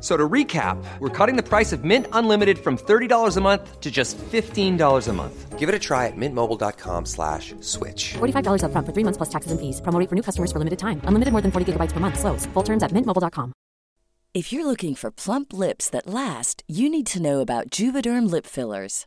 So to recap, we're cutting the price of Mint Unlimited from $30 a month to just $15 a month. Give it a try at mintmobile.com slash switch. $45 upfront for three months plus taxes and fees. Promo rate for new customers for limited time. Unlimited more than 40 gigabytes per month. Slows. Full terms at mintmobile.com. If you're looking for plump lips that last, you need to know about Juvederm lip fillers.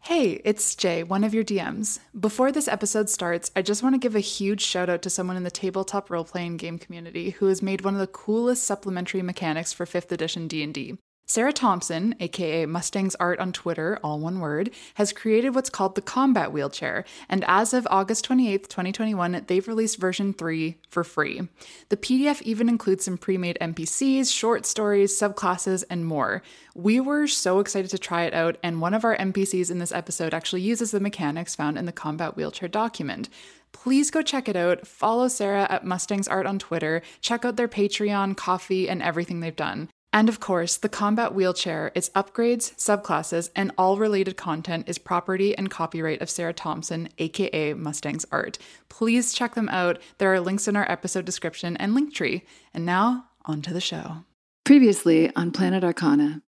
Hey, it's Jay, one of your DMs. Before this episode starts, I just want to give a huge shout out to someone in the tabletop role-playing game community who has made one of the coolest supplementary mechanics for 5th edition D&D. Sarah Thompson, aka Mustang's Art on Twitter, all one word, has created what's called the Combat Wheelchair, and as of August 28th, 2021, they've released version 3 for free. The PDF even includes some pre-made NPCs, short stories, subclasses, and more. We were so excited to try it out, and one of our NPCs in this episode actually uses the mechanics found in the Combat Wheelchair document please go check it out. Follow Sarah at Mustangs Art on Twitter. Check out their Patreon, coffee, and everything they've done. And of course, the Combat Wheelchair, its upgrades, subclasses, and all related content is property and copyright of Sarah Thompson, aka Mustangs Art. Please check them out. There are links in our episode description and link tree. And now, on to the show. Previously on Planet Arcana.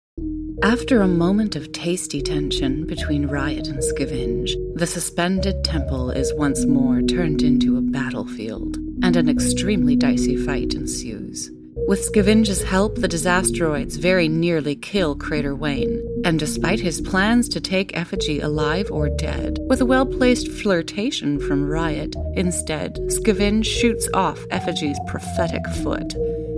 After a moment of tasty tension between Riot and Scavenge, the suspended temple is once more turned into a battlefield, and an extremely dicey fight ensues. With Scavenge's help, the disasteroids very nearly kill Crater Wayne, and despite his plans to take Effigy alive or dead, with a well placed flirtation from Riot, instead, Scavenge shoots off Effigy's prophetic foot,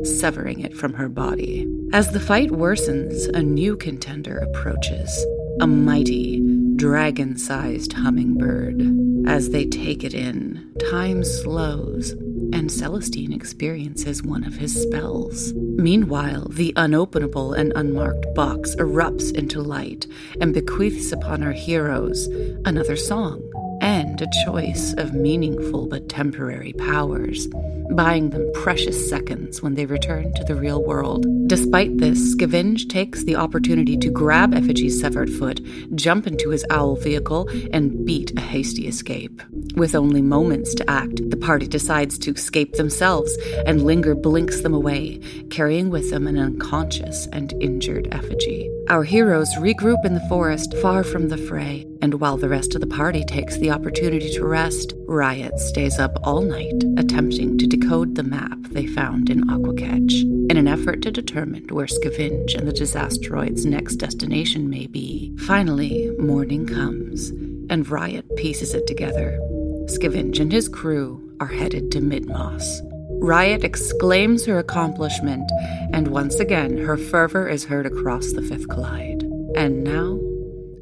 severing it from her body. As the fight worsens, a new contender approaches a mighty, dragon sized hummingbird. As they take it in, time slows, and Celestine experiences one of his spells. Meanwhile, the unopenable and unmarked box erupts into light and bequeaths upon our heroes another song and a choice of meaningful but temporary powers, buying them precious seconds when they return to the real world. Despite this, Scavenge takes the opportunity to grab Effigy's severed foot, jump into his owl vehicle, and beat a hasty escape. With only moments to act, the party decides to escape themselves, and Linger blinks them away, carrying with them an unconscious and injured effigy. Our heroes regroup in the forest far from the fray, and while the rest of the party takes the opportunity to rest, Riot stays up all night attempting to decode the map they found in Aquacatch in an effort to determine where Scavenge and the Disasteroid's next destination may be. Finally, morning comes, and Riot pieces it together. Scavenge and his crew are headed to Midmoss. Riot exclaims her accomplishment, and once again her fervor is heard across the Fifth Collide. And now,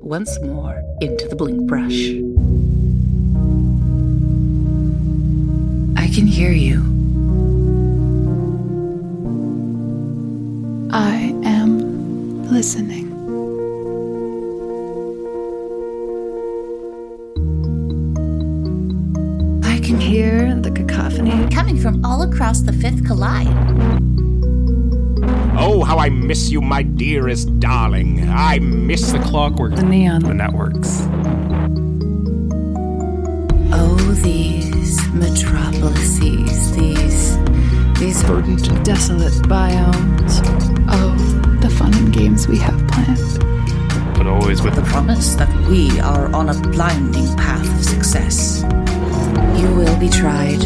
once more, into the blink brush. I can hear you. I am listening. I can hear the cacophony. Coming from all across the fifth collide. Oh, how I miss you, my dearest darling. I miss the clockwork, The neon. the networks. Oh, these metropolises, these. these. Verdant. Desolate biomes. Oh, the fun and games we have planned. But always with The promise that we are on a blinding path of success. You will be tried.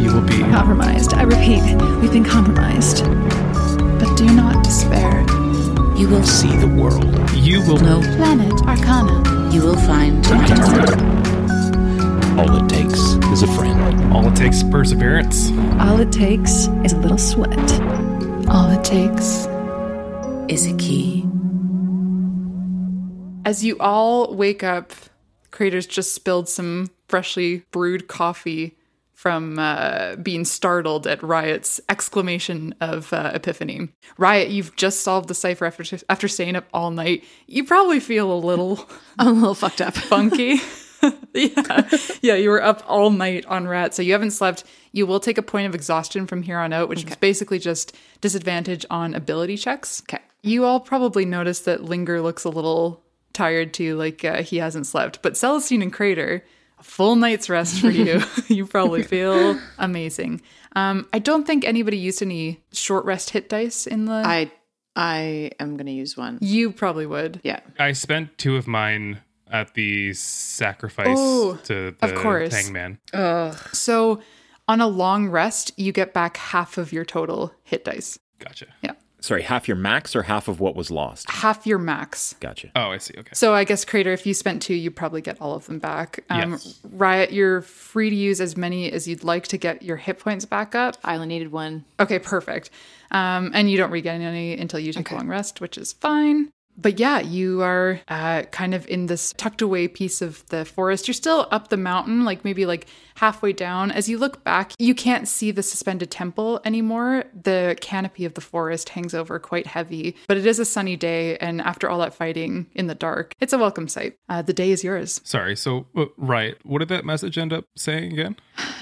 you will be. Compromised. I repeat, we've been compromised. But do not despair. You will See the world. You will know. Planet Arcana. You will find. light. All it takes is a friend. All it takes is perseverance. All it takes is a little sweat. All it takes. Is a key. As you all wake up, Craters just spilled some freshly brewed coffee from uh, being startled at Riot's exclamation of uh, epiphany. Riot, you've just solved the cipher after, after staying up all night. You probably feel a little I'm a little fucked up. funky. yeah. Yeah, you were up all night on rat, so you haven't slept. You will take a point of exhaustion from here on out, which is basically just disadvantage on ability checks. Okay. You all probably noticed that Linger looks a little tired too, like uh, he hasn't slept. But Celestine and Crater, a full night's rest for you. you probably feel amazing. Um, I don't think anybody used any short rest hit dice in the. I I am gonna use one. you probably would. Yeah. I spent two of mine at the sacrifice Oh, to of the course. hangman. So on a long rest, you get back half of your total hit dice. Gotcha. Yeah. Sorry, half your max or half of what was lost? half your max. Gotcha. Oh, I see. Okay. So I guess Crater, if you spent two, you probably get all of them back. Um, Yes. Riot, you're free to use as many as you'd like to get your hit points back up. I only needed one. Okay, perfect. Um, and you don't regain any until you take a long rest, which is fine. But yeah, you are uh, kind of in this tucked away piece of the forest. You're still up the mountain, like maybe like halfway down. As you look back, you can't see the suspended temple anymore. The canopy of the forest hangs over quite heavy, but it is a sunny day. And after all that fighting in the dark, it's a welcome sight. Uh, the day is yours. Sorry. So, uh, right. What did that message end up saying again?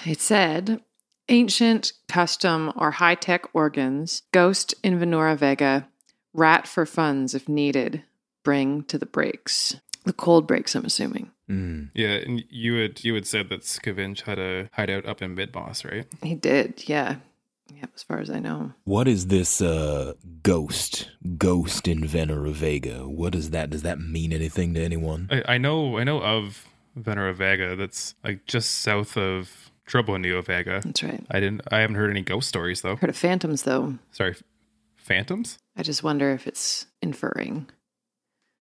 It said ancient, custom, or high tech organs, ghost in Venora Vega, rat for funds if needed, bring to the breaks. The cold breaks, I'm assuming. Mm. Yeah, and you had you had said that Scavenge had a hideout up in Midboss, right? He did, yeah. Yeah, as far as I know. What Is this uh ghost? Ghost in Venera Vega. What is that? Does that mean anything to anyone? I, I know I know of Venera Vega. That's like just south of Trouble in Neo Vega. That's right. I didn't. I haven't heard any ghost stories though. Heard of phantoms though. Sorry, f- phantoms, I just wonder if it's inferring.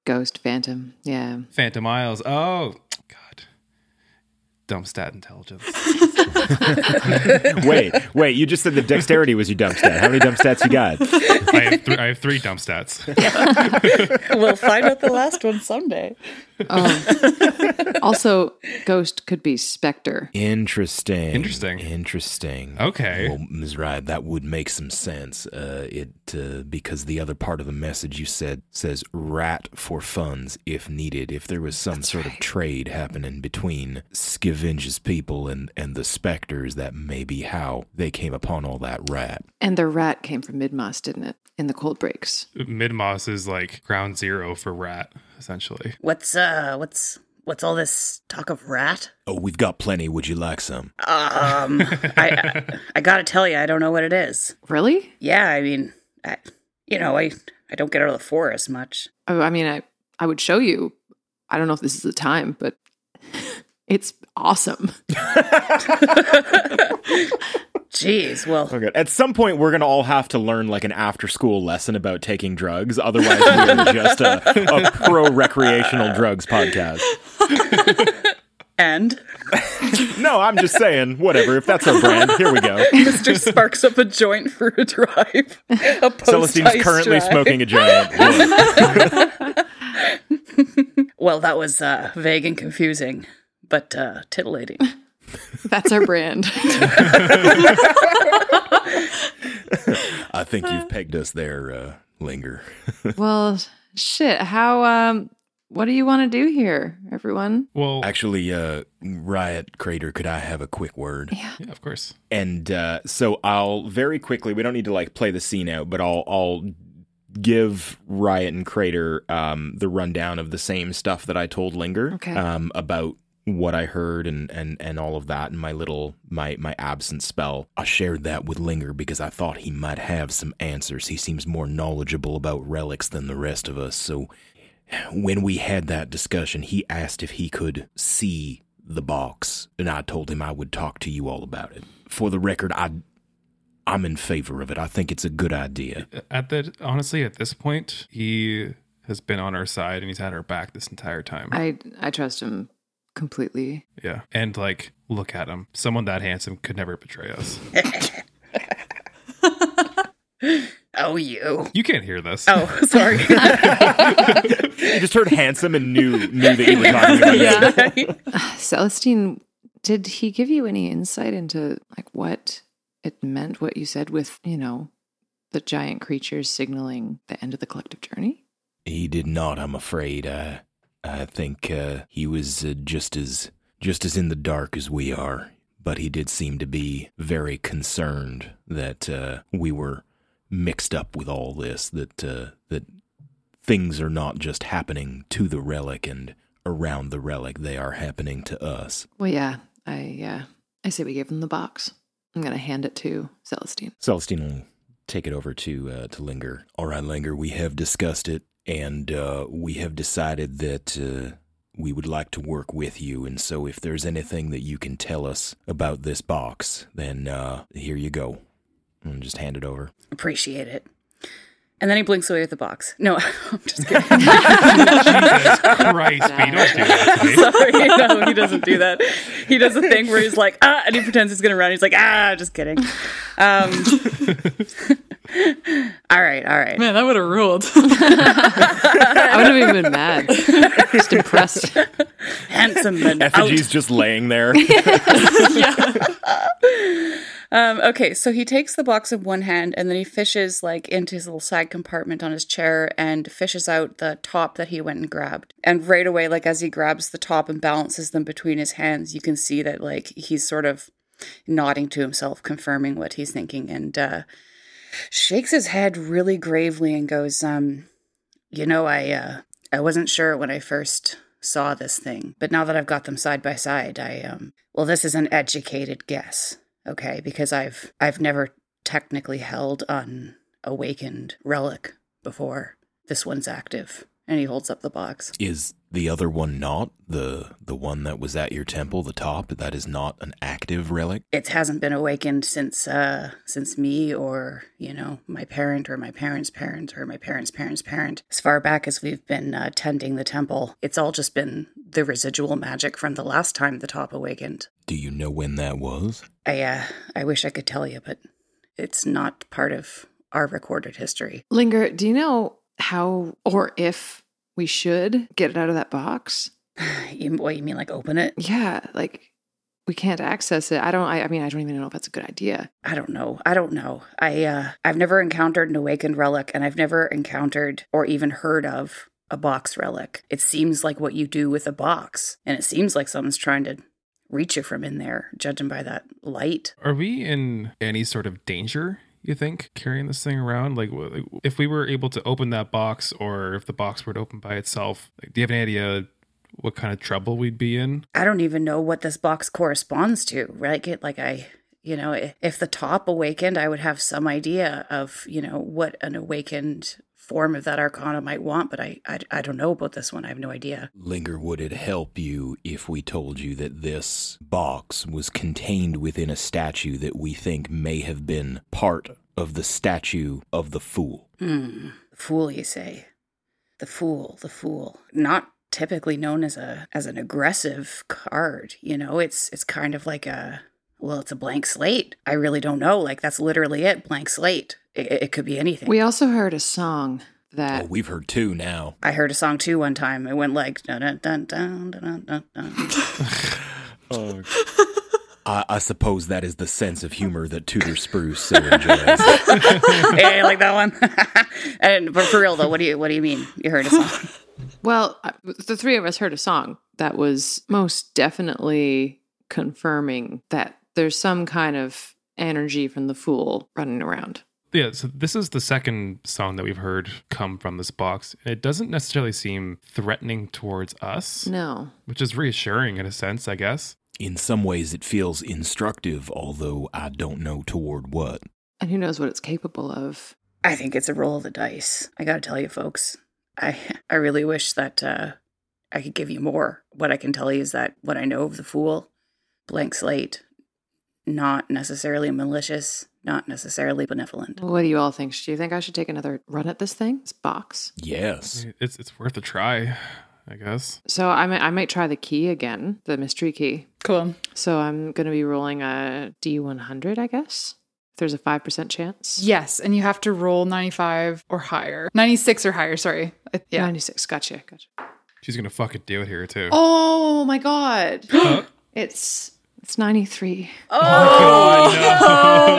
Ghost, phantom. Yeah. phantom isles. Oh God, dumb stat intelligence. wait, wait. You just said the dexterity was your dump stat. How many dump stats you got? I have three. I have three dumb stats. We'll find out the last one someday. Oh. also, ghost could be specter. Interesting. Interesting. Interesting. Okay. Well, Ms. Ride, that would make some sense. Uh, it uh, because the other part of the message you said says "rat for funds if needed." If there was some sort of trade happening between Scavenge's people and and the specters, that may be how they came upon all that rat. And the rat came from Midmas, didn't it? In the cold breaks. Midmoss is like ground zero for rat, essentially. What's uh what's what's all this talk of rat? Oh, we've got plenty. Would you like some? Um I, I I gotta tell you, I don't know what it is. Really? Yeah, I mean I you know, I I don't get out of the forest much. Oh, I mean, I, I would show you. I don't know if this is the time, but it's awesome. Jeez, well. Oh, good. At some point, we're going to all have to learn like an after school lesson about taking drugs. Otherwise, we're just a, a pro recreational drugs podcast. And? no, I'm just saying, whatever. If that's our brand, here we go. Mr. Sparks up a joint for a drive. A Celestine's post-ice currently drive. smoking a giant. well, that was uh, vague and confusing, but uh, titillating. That's our brand. I think you've pegged us there, uh, Linger. well, shit. How, um, what do you want to do here, everyone? Well, actually, uh, Riot Crater, could I have a quick word? Yeah, yeah of course. And uh, so I'll very quickly. We don't need to like play the scene out, but I'll I'll give Riot and Crater um, the rundown of the same stuff that I told Linger Okay. um, about what I heard and and and all of that and my little my my absence spell. I shared that with Linger because I thought he might have some answers. He seems more knowledgeable about relics than the rest of us. So when we had that discussion, he asked if he could see the box, and I told him I would talk to you all about it. For the record, I I'm in favor of it. I think it's a good idea. At that, honestly, at this point, he has been on our side and he's had our back this entire time. I, I trust him completely. yeah, and like, look at him. Someone that handsome could never betray us. oh, you. You can't hear this. Oh, sorry. You just heard handsome and knew knew that you were talking about. Yeah. Celestine, did he give you any insight into like what it meant, what you said with, you know, the giant creatures signaling the end of the collective journey? He did not, I'm afraid. I I think uh, he was uh, just as just as in the dark as we are, but he did seem to be very concerned that uh, we were mixed up with all this. That uh, that things are not just happening to the relic and around the relic; they are happening to us. Well, yeah, I yeah, I say we give him the box. I'm gonna hand it to Celestine. Celestine will take it over to uh, to Linger. All right, Linger, we have discussed it, and uh, we have decided that uh, we would like to work with you. And so, if there's anything that you can tell us about this box, then uh, here you go. And just hand it over. Appreciate it. And then he blinks away at the box. No, I'm just kidding. Christ, but you don't do that to me. Sorry, no, he doesn't do that. He does a thing where he's like, ah, and he pretends he's gonna run. He's like, ah, just kidding. Um, all right, all right. Man, that would have ruled. I would have even been mad, just impressed. Handsome and out. Effigy's just laying there. Um, okay, so he takes the box in one hand and then he fishes like into his little side compartment on his chair and fishes out the top that he went and grabbed. And right away, like as he grabs the top and balances them between his hands, you can see that like he's sort of nodding to himself, confirming what he's thinking, and uh, shakes his head really gravely and goes, um, "You know, I uh, I wasn't sure when I first." saw this thing but now that i've got them side by side i um well this is an educated guess okay because i've i've never technically held an awakened relic before this one's active and he holds up the box Is the other one not the the one that was at your temple, the top? That is not an active relic. it hasn't been awakened since uh since me or you know my parent or my parents parent or my parents parents parent as far back as we've been uh, tending the temple it's all just been the residual magic from the last time the top awakened Do you know when that was? i uh i wish i could tell you but it's not part of our recorded history Linger, do you know how or if we should get it out of that box? you, what you mean like open it Yeah, like we can't access it. I don't. I, I mean, I don't even know if that's a good idea. I don't know. I don't know. I uh I've never encountered an awakened relic and I've never encountered or even heard of a box relic. It seems like what you do with a box and it seems like someone's trying to reach you from in there judging by that light. Are we in any sort of danger? You think carrying this thing around, like wh- like, if we were able to open that box, or if the box were to open by itself, like, do you have any idea what kind of trouble we'd be in? I don't even know what this box corresponds to, right? Get- Like I you know, if the top awakened, I would have some idea of, you know, what an awakened form of that arcana might want, but I, I, I don't know about this one. I have no idea. Linger, would it help you if we told you that this box was contained within a statue that we think may have been part of the statue of the fool? Hmm. Fool, you say? The fool, the fool. Not typically known as a as an aggressive card. You know, it's it's kind of like a well, it's a blank slate. I really don't know. Like that's literally it, blank slate. It, it could be anything. We also heard a song Uh, that oh, we've heard two now. I heard a song too one time. It went like dun dun dun dun dun dun. dun. oh. I, I suppose that is the sense of humor that Tudor Spruce so enjoys. hey, I like that one. and, but for real though, what do you what do you mean? You heard a song? Well, the three of us heard a song that was most definitely confirming that there's some kind of energy from the fool running around. Yeah, so this is the second song that we've heard come from this box. It doesn't necessarily seem threatening towards us. No. Which is reassuring in a sense, I guess. In some ways, it feels instructive, although I don't know toward what. And who knows what it's capable of. I think it's a roll of the dice. I gotta tell you, folks. I I really wish that uh, I could give you more. What I can tell you is that what I know of the fool, blank slate, not necessarily malicious, not necessarily benevolent. What do you all think? Do you think I should take another run at this thing, this box? Yes, it's it's worth a try. I guess. So I might I might try the key again, the mystery key. Cool. So I'm going to be rolling a D100, I guess there's a 5% chance. Yes, and you have to roll 95 or higher. 96 or higher, sorry. Yeah. 96. Gotcha. Gotcha. She's going to fucking do it here too. Oh my god. Uh, it's it's 93. Oh, oh, god,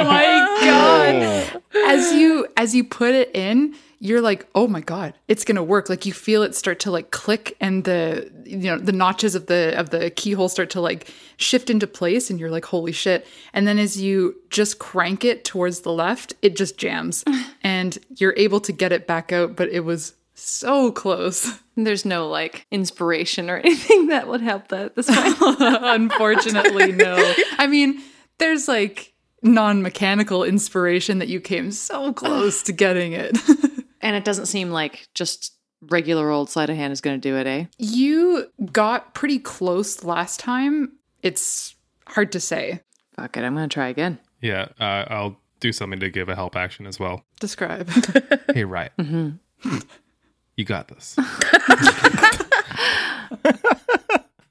no. oh my god. As you as you put it in, you're like, oh my god, it's gonna work. Like you feel it start to like click, and the you know the notches of the of the keyhole start to like shift into place, and you're like, holy shit! And then as you just crank it towards the left, it just jams, and you're able to get it back out, but it was so close. There's no like inspiration or anything that would help that this time. Unfortunately, no. I mean, there's like non-mechanical inspiration that you came so close to getting it. And it doesn't seem like just regular old sleight of hand is going to do it, eh? You got pretty close last time. It's hard to say. Fuck it, I'm going to try again. Yeah, uh, I'll do something to give a help action as well. Describe. hey, right. Mm-hmm. You got this.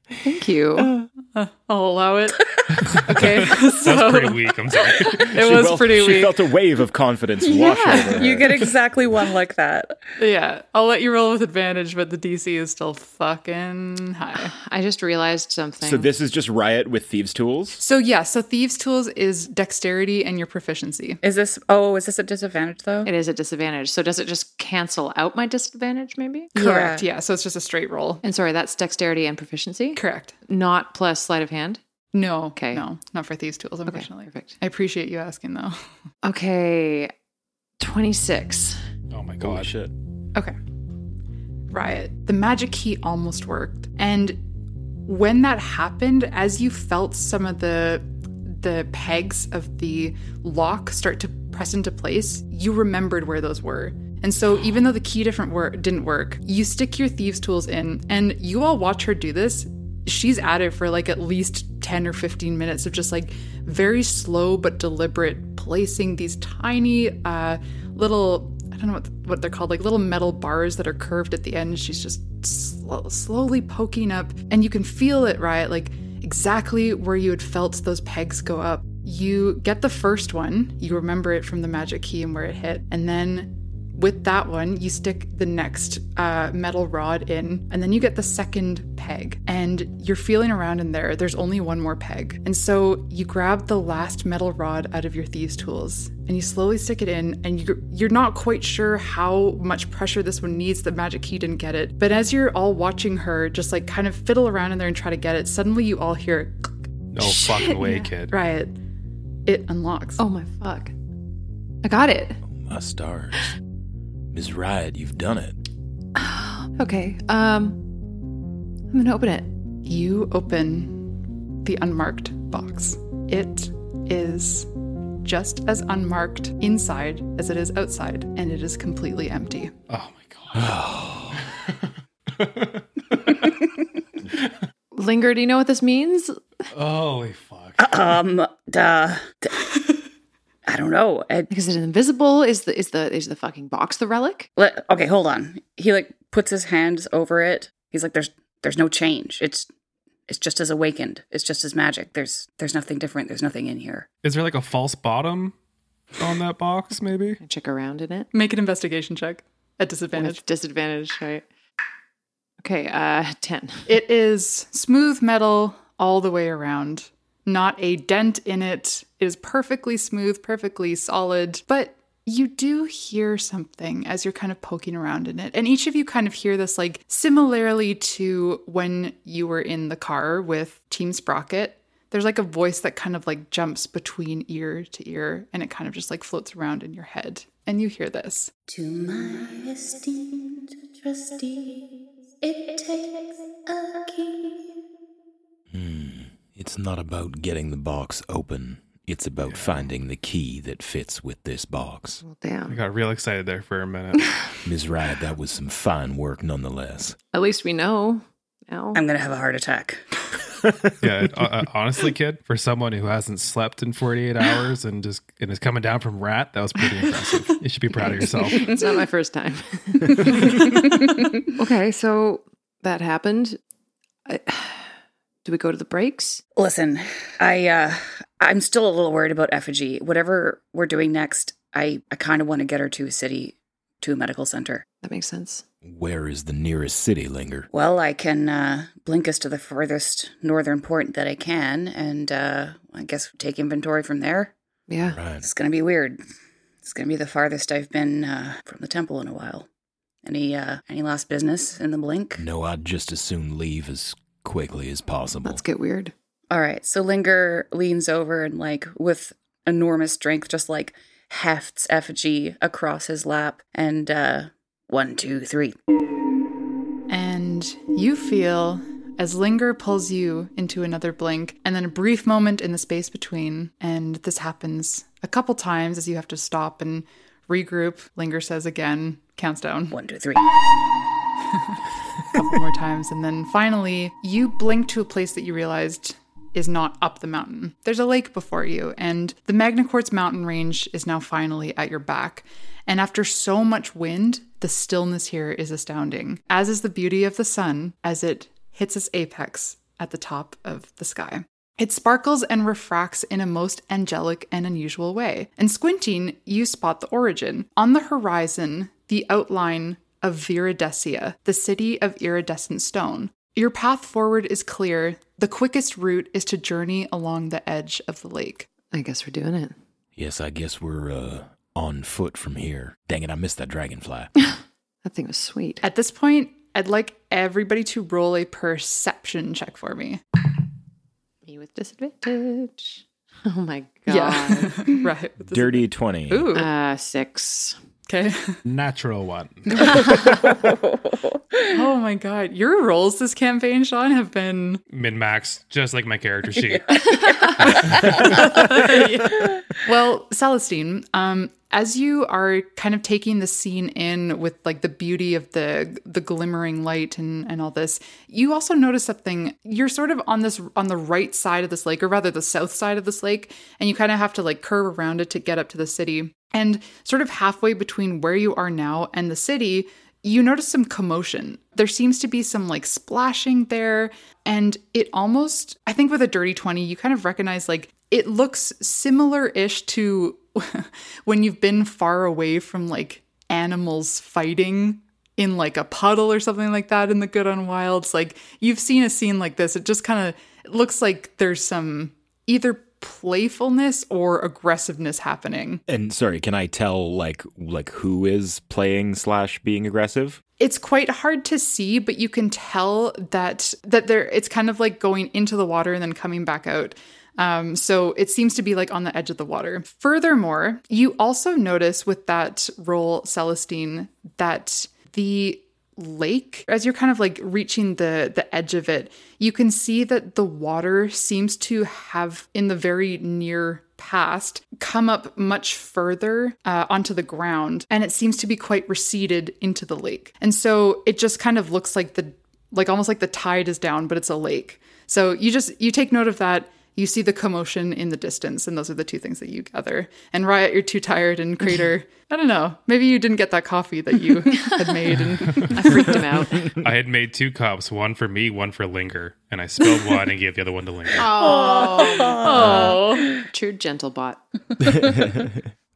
Thank you. Uh, uh, I'll allow it. okay. So, that was pretty weak. I'm sorry. It she was felt, pretty she weak. She felt a wave of confidence yeah, wash over her. You get exactly one like that. yeah. I'll let you roll with advantage, but the DC is still fucking high. I just realized something. So this is just riot with thieves' tools. So yeah. So thieves' tools is dexterity and your proficiency. Is this? Oh, is this a disadvantage though? It is a disadvantage. So does it just cancel out my disadvantage? Maybe. Correct. yeah, yeah so it's just a straight roll. And sorry, that's dexterity and proficiency. Correct. Not plus sleight of hand. No. Okay. No, not for thieves' tools, unfortunately. Okay, perfect. I appreciate you asking, though. Okay. 26. Oh my god. Holy shit. Okay. Riot. The magic key almost worked. And when that happened, as you felt some of the the pegs of the lock start to press into place, you remembered where those were. And so, even though the key different wor- didn't work, you stick your thieves' tools in, and you all watch her do this she's at it for like at least 10 or 15 minutes of just like very slow but deliberate placing these tiny uh little I don't know what, what they're called, like little metal bars that are curved at the end. She's just slow, slowly poking up, and you can feel it, right? Like exactly where you had felt those pegs go up. You get the first one, you remember it from the magic key and where it hit, and then with that one, you stick the next uh, metal rod in, and then you get the second peg. And you're feeling around in there. There's only one more peg. And so you grab the last metal rod out of your thieves' tools, and you slowly stick it in. And you're, you're not quite sure how much pressure this one needs. The magic key didn't get it. But as you're all watching her just like kind of fiddle around in there and try to get it, suddenly you all hear. No Shit. fucking way, kid. Riot. It unlocks. Oh my fuck. I got it. Oh my stars. Ms. Riot, you've done it. okay. Um I'm gonna open it. You open the unmarked box. It is just as unmarked inside as it is outside, and it is completely empty. Oh my god. Linger, do you know what this means? Holy fuck. Um, duh. D- I don't know. I, is it invisible? Is the is the is the fucking box the relic? Let, okay, hold on. He like puts his hands over it. He's like, "There's there's no change. It's it's just as awakened. It's just as magic. There's there's nothing different. There's nothing in here." Is there like a false bottom on that box? Maybe check around in it. Make an investigation check at disadvantage. With disadvantage, right? Okay, uh, ten. It is smooth metal all the way around not a dent in it. It is perfectly smooth, perfectly solid, but you do hear something as you're kind of poking around in it. And each of you kind of hear this like similarly to when you were in the car with Team Sprocket. There's like a voice that kind of like jumps between ear to ear and it kind of just like floats around in your head. And you hear this. To my esteemed trustees, it takes a king. Hmm. It's not about getting the box open. It's about finding the key that fits with this box. Well, damn. I got real excited there for a minute. Ms. Riot, that was some fine work nonetheless. At least we know now. I'm going to have a heart attack. yeah, uh, honestly, kid, for someone who hasn't slept in 48 hours and just and is coming down from rat, that was pretty impressive. You should be proud of yourself. it's not my first time. okay, so that happened. I... Do we go to the breaks? Listen, I uh I'm still a little worried about Effigy. Whatever we're doing next, I I kind of want to get her to a city to a medical center. That makes sense. Where is the nearest city, Linger? Well, I can uh, blink us to the furthest northern port that I can, and uh, I guess take inventory from there. Yeah, right. it's gonna be weird. It's gonna be the farthest I've been uh, from the temple in a while. Any uh, any last business in the blink? No, I'd just as soon leave as quickly as possible. Let's get weird. All right. So Linger leans over and, like, with enormous strength, just like hefts effigy across his lap and uh, one, two, three. And you feel as Linger pulls you into another blink, and then a brief moment in the space between. And this happens a couple times as you have to stop and regroup. Linger says again, counts down one, two, three. a couple more times. And then finally, you blink to a place that you realized is not up the mountain. There's a lake before you, and the Magna Quartz mountain range is now finally at your back. And after so much wind, the stillness here is astounding, as is the beauty of the sun as it hits its apex at the top of the sky. It sparkles and refracts in a most angelic and unusual way. And squinting, you spot the origin. On the horizon, the outline of Viridesia, the city of iridescent stone. Your path forward is clear. The quickest route is to journey along the edge of the lake. I guess we're doing it. Yes, I guess we're uh, on foot from here. Dang it, I missed that dragonfly. that thing was sweet. At this point, I'd like everybody to roll a perception check for me. Me with disadvantage. Oh my god. Yeah. right. Dirty 20. Ooh. Uh, 6. Okay. Natural one. oh my god. Your roles this campaign, Sean, have been min max, just like my character sheet. yeah. well, Celestine, um, as you are kind of taking the scene in with like the beauty of the the glimmering light and and all this you also notice something you're sort of on this on the right side of this lake or rather the south side of this lake and you kind of have to like curve around it to get up to the city and sort of halfway between where you are now and the city you notice some commotion. There seems to be some like splashing there. And it almost, I think with a dirty 20, you kind of recognize like it looks similar ish to when you've been far away from like animals fighting in like a puddle or something like that in the Good on Wilds. Like you've seen a scene like this. It just kind of looks like there's some either playfulness or aggressiveness happening. And sorry, can I tell like like who is playing slash being aggressive? It's quite hard to see, but you can tell that that there it's kind of like going into the water and then coming back out. Um, so it seems to be like on the edge of the water. Furthermore, you also notice with that roll, Celestine, that the lake as you're kind of like reaching the the edge of it you can see that the water seems to have in the very near past come up much further uh, onto the ground and it seems to be quite receded into the lake. And so it just kind of looks like the like almost like the tide is down but it's a lake. So you just you take note of that you see the commotion in the distance, and those are the two things that you gather. And Riot, you're too tired, and Crater, I don't know, maybe you didn't get that coffee that you had made, and I freaked him out. I had made two cups, one for me, one for Linger, and I spilled one and gave the other one to Linger. Oh, oh. true gentlebot.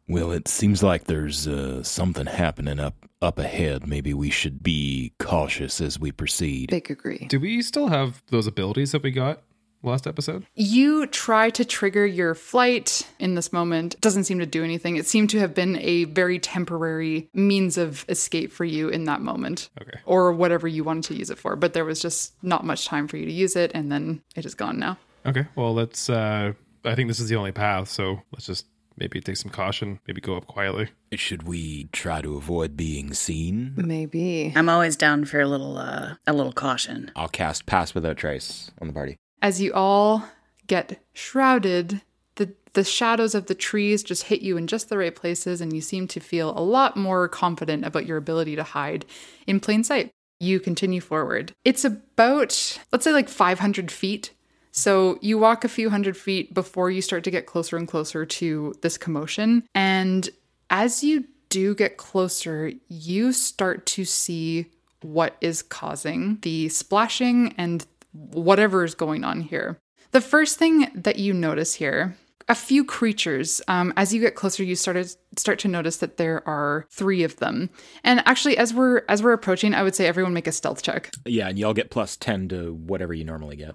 Well, it seems like there's uh, something happening up up ahead. Maybe we should be cautious as we proceed. Big agree. Do we still have those abilities that we got last episode? You try to trigger your flight in this moment. It doesn't seem to do anything. It seemed to have been a very temporary means of escape for you in that moment. Okay. Or whatever you wanted to use it for. But there was just not much time for you to use it, and then it is gone now. Okay. Well, let's. Uh, I think this is the only path, so let's just maybe take some caution. Maybe go up quietly. Should we try to avoid being seen? Maybe. I'm always down for a little uh, a little caution. I'll cast Pass Without Trace on the party. As you all get shrouded, the, the shadows of the trees just hit you in just the right places, and you seem to feel a lot more confident about your ability to hide in plain sight. You continue forward. It's about, let's say, like 500 feet. So you walk a few hundred feet before you start to get closer and closer to this commotion. And as you do get closer, you start to see what is causing the splashing and whatever is going on here. The first thing that you notice here, a few creatures. Um, as you get closer, you start to start to notice that there are three of them. And actually, as we're as we're approaching, I would say everyone make a stealth check. Yeah, and y'all get plus ten to whatever you normally get.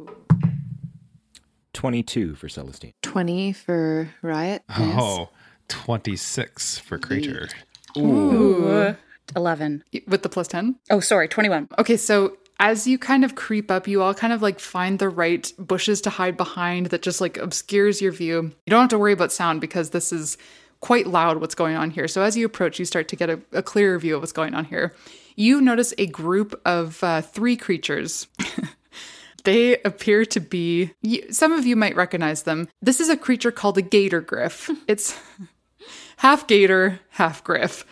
Twenty-two for Celestine. Twenty for Riot. yes. Oh, 26 for Creature. Ooh. 11. With the plus 10? Oh, sorry, 21. Okay, so as you kind of creep up, you all kind of like find the right bushes to hide behind that just like obscures your view. You don't have to worry about sound because this is quite loud what's going on here. So as you approach, you start to get a, a clearer view of what's going on here. You notice a group of uh, three creatures. they appear to be, you, some of you might recognize them. This is a creature called a gator griff. It's half gator, half griff.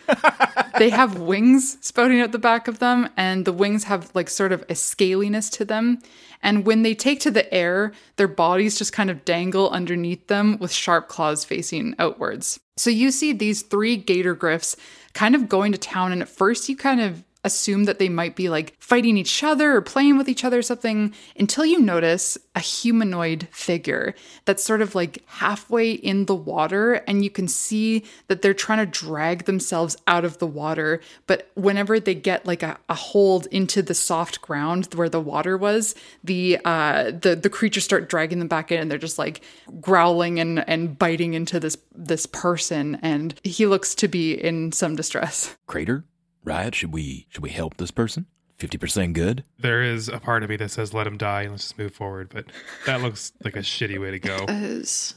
they have wings spouting out the back of them, and the wings have like sort of a scaliness to them. And when they take to the air, their bodies just kind of dangle underneath them with sharp claws facing outwards. So you see these three gator griffs kind of going to town, and at first you kind of assume that they might be like fighting each other or playing with each other or something until you notice a humanoid figure that's sort of like halfway in the water and you can see that they're trying to drag themselves out of the water but whenever they get like a, a hold into the soft ground where the water was the uh the the creatures start dragging them back in and they're just like growling and and biting into this this person and he looks to be in some distress Crater, Riot, should we should we help this person? Fifty percent good. There is a part of me that says let him die and let's just move forward, but that looks like a shitty way to go. As-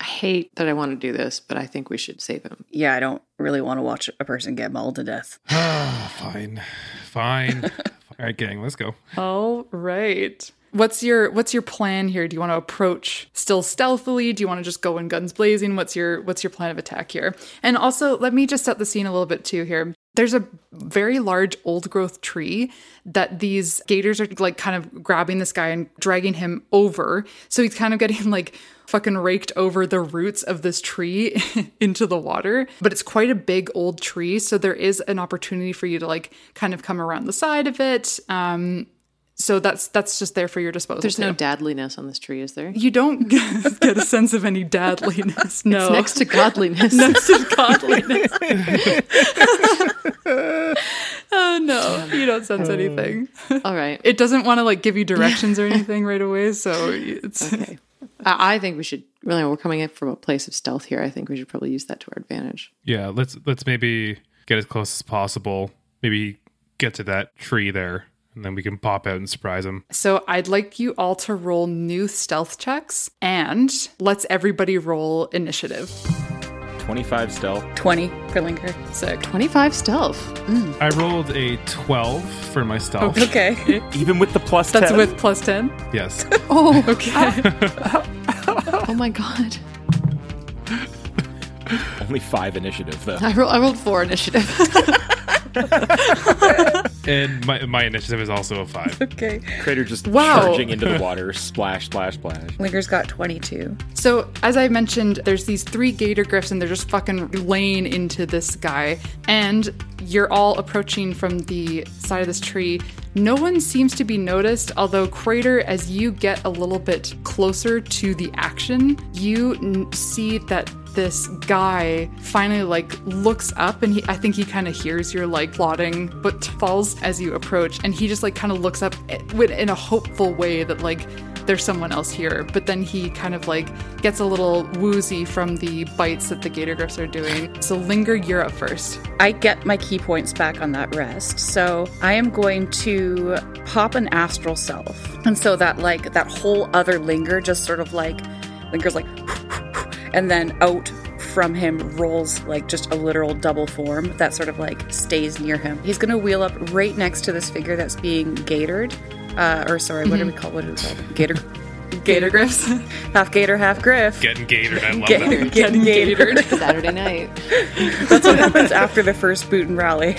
I hate that I want to do this, but I think we should save him. Yeah, I don't really want to watch a person get mauled to death. fine. Fine. All right, gang, let's go. All right. What's your what's your plan here? Do you want to approach still stealthily? Do you want to just go in guns blazing? What's your what's your plan of attack here? And also, let me just set the scene a little bit too here. There's a very large old growth tree that these gators are like kind of grabbing this guy and dragging him over. So he's kind of getting like fucking raked over the roots of this tree into the water. But it's quite a big old tree, so there is an opportunity for you to like kind of come around the side of it. Um, so that's that's just there for your disposal. There's no too. dadliness on this tree, is there? you don't get a sense of any dadliness. No, It's next to godliness. next to godliness. uh, oh no, you don't sense anything. All Uh, right. It doesn't want to like give you directions or anything right away, so it's Okay. I, I think we should really. We're coming in from a place of stealth here. I think we should probably use that to our advantage. Yeah, let's let's maybe get as close as possible. Maybe get to that tree there, and then we can pop out and surprise him. So I'd like you all to roll new stealth checks and let's everybody roll initiative. Twenty-five stealth. 20 for Linker. Sick. 25 stealth. Mm. I rolled a twelve for my stealth. Okay. Even with the plus That's 10? with plus 10. Yes. Oh, Okay. oh my God. Only five initiative, though. I, roll, I rolled four initiative. and my, my initiative is also a five. Okay. Crater just Wow. charging into the water. splash, splash, splash. Linger's got 22. So, as I mentioned, there's these three gator griffs and they're just fucking laying into this guy. And you're all approaching from the side of this tree. No one seems to be noticed, although, Crater, as you get a little bit closer to the action, you n- see that this guy finally like looks up and he, I think he kind of hears your like plodding but falls as you approach and he just like kind of looks up eh, with- in a hopeful way that like there's someone else here but then he kind of like gets a little woozy from the bites that the gator griffs are doing so linger you're up first I get my key points back on that rest. So I am going to pop an astral self. And so that like that whole other linger just sort of like lingers like and then out from him rolls like just a literal double form that sort of like stays near him. He's gonna wheel up right next to this figure that's being gatored. Uh, or sorry, what do we call what do we call them? Gator Mm-hmm. Gator griffs. half gator, half griff. Getting gated. I love Gator, that. getting gatored. Saturday night. That's what happens after the first boot and rally.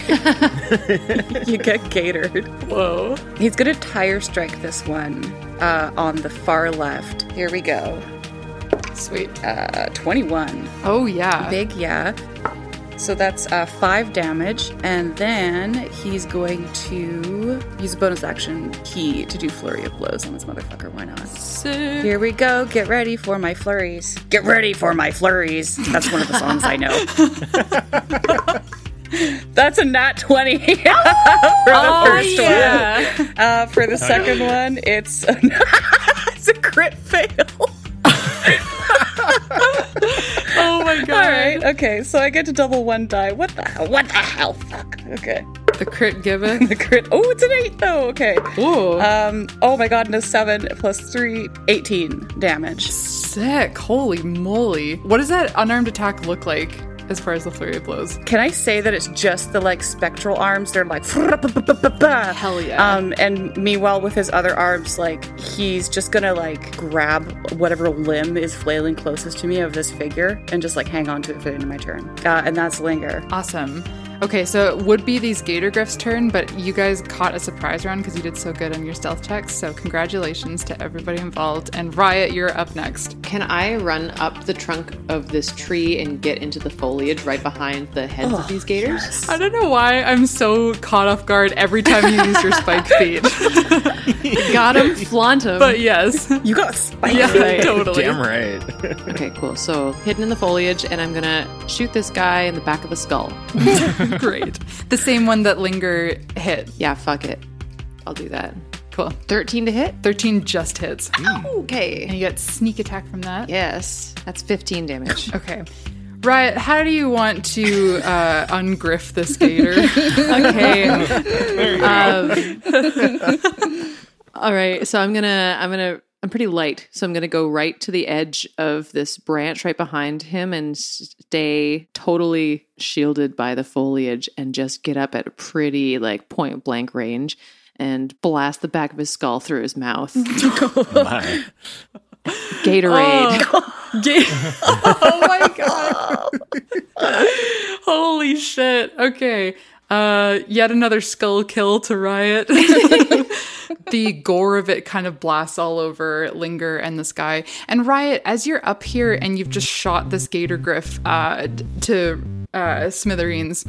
you get gatered. Whoa. He's going to tire strike this one uh, on the far left. Here we go. Sweet. Uh, 21. Oh, yeah. Big yeah. So that's uh, five damage. And then he's going to use a bonus action key to do flurry of blows on this motherfucker. Why not? Here we go. Get ready for my flurries. Get ready for my flurries. That's one of the songs I know. That's a nat 20 for the Oh, first one. Uh, for the second one, it's a, it's a crit fail. oh my god. All right. Okay. So I get to double one die. What the hell? What the hell? Fuck. Okay. the crit given the crit oh it's an eight though okay Ooh. um oh my god and a seven plus three 18 damage sick holy moly what does that unarmed attack look like as far as the flurry of blows Can I say that it's just the like spectral arms? They're like hell yeah. Um, and meanwhile, with his other arms, like he's just gonna like grab whatever limb is flailing closest to me of this figure and just like hang on to it for the end of my turn. Uh, and that's linger. Awesome. Okay, so it would be these Gator Griff's turn, but you guys caught a surprise round because you did so good on your stealth checks. So congratulations to everybody involved. And Riot, you're up next. Can I run up the trunk of this tree and get into the foliage right behind the heads of these gators? I don't know why I'm so caught off guard every time you use your spike feet. Got him, flaunt him. But yes. You got spiked. Yeah, Right. totally. Damn right. Okay, cool. So hidden in the foliage, and I'm gonna shoot this guy in the back of the skull. Great. The same one that Linger hit. Yeah, fuck it. I'll do that. Cool. 13 to hit? 13 just hits. Hmm. And Okay. you get sneak attack from that. Yes, that's 15 damage. Okay. Riot, how do you want to uh, ungriff this gator? okay. Um, All right, so I'm gonna, I'm gonna, I'm pretty light, so I'm gonna go right to the edge of this branch right behind him and stay totally shielded by the foliage and just get up at a pretty like point blank range and blast the back of his skull through his mouth. My. Gatorade. oh my god. Holy shit. Okay. Uh yet another skull kill to riot. the gore of it kind of blasts all over Linger and this guy. And Riot, as you're up here and you've just shot this gator griff uh d- to uh smithereens,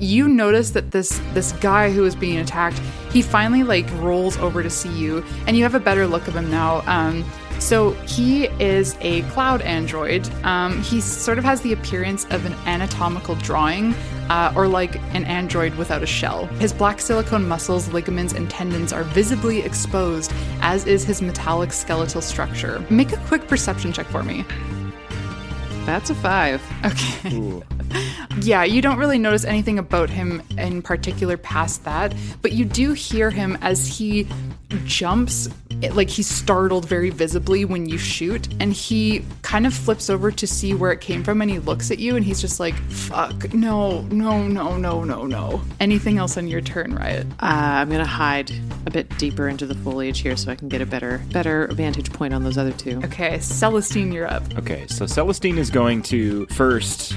you notice that this this guy who is being attacked, he finally like rolls over to see you and you have a better look of him now. Um so he is a cloud android. Um, he sort of has the appearance of an anatomical drawing, uh, or like an android without a shell. His black silicone muscles, ligaments, and tendons are visibly exposed, as is his metallic skeletal structure. Make a quick perception check for me. That's a five. Okay. Yeah, you don't really notice anything about him in particular past that, but you do hear him as he jumps, it- like he's startled very visibly when you shoot, and he kind of flips over to see where it came from and he looks at you and he's just like, fuck, no, no, no, no, no, no. Anything else on your turn, Riot? Uh, I'm gonna hide a bit deeper into the foliage here so I can get a better, better vantage point on those other two. Okay, Celestine, you're up. Okay, so Celestine is going to first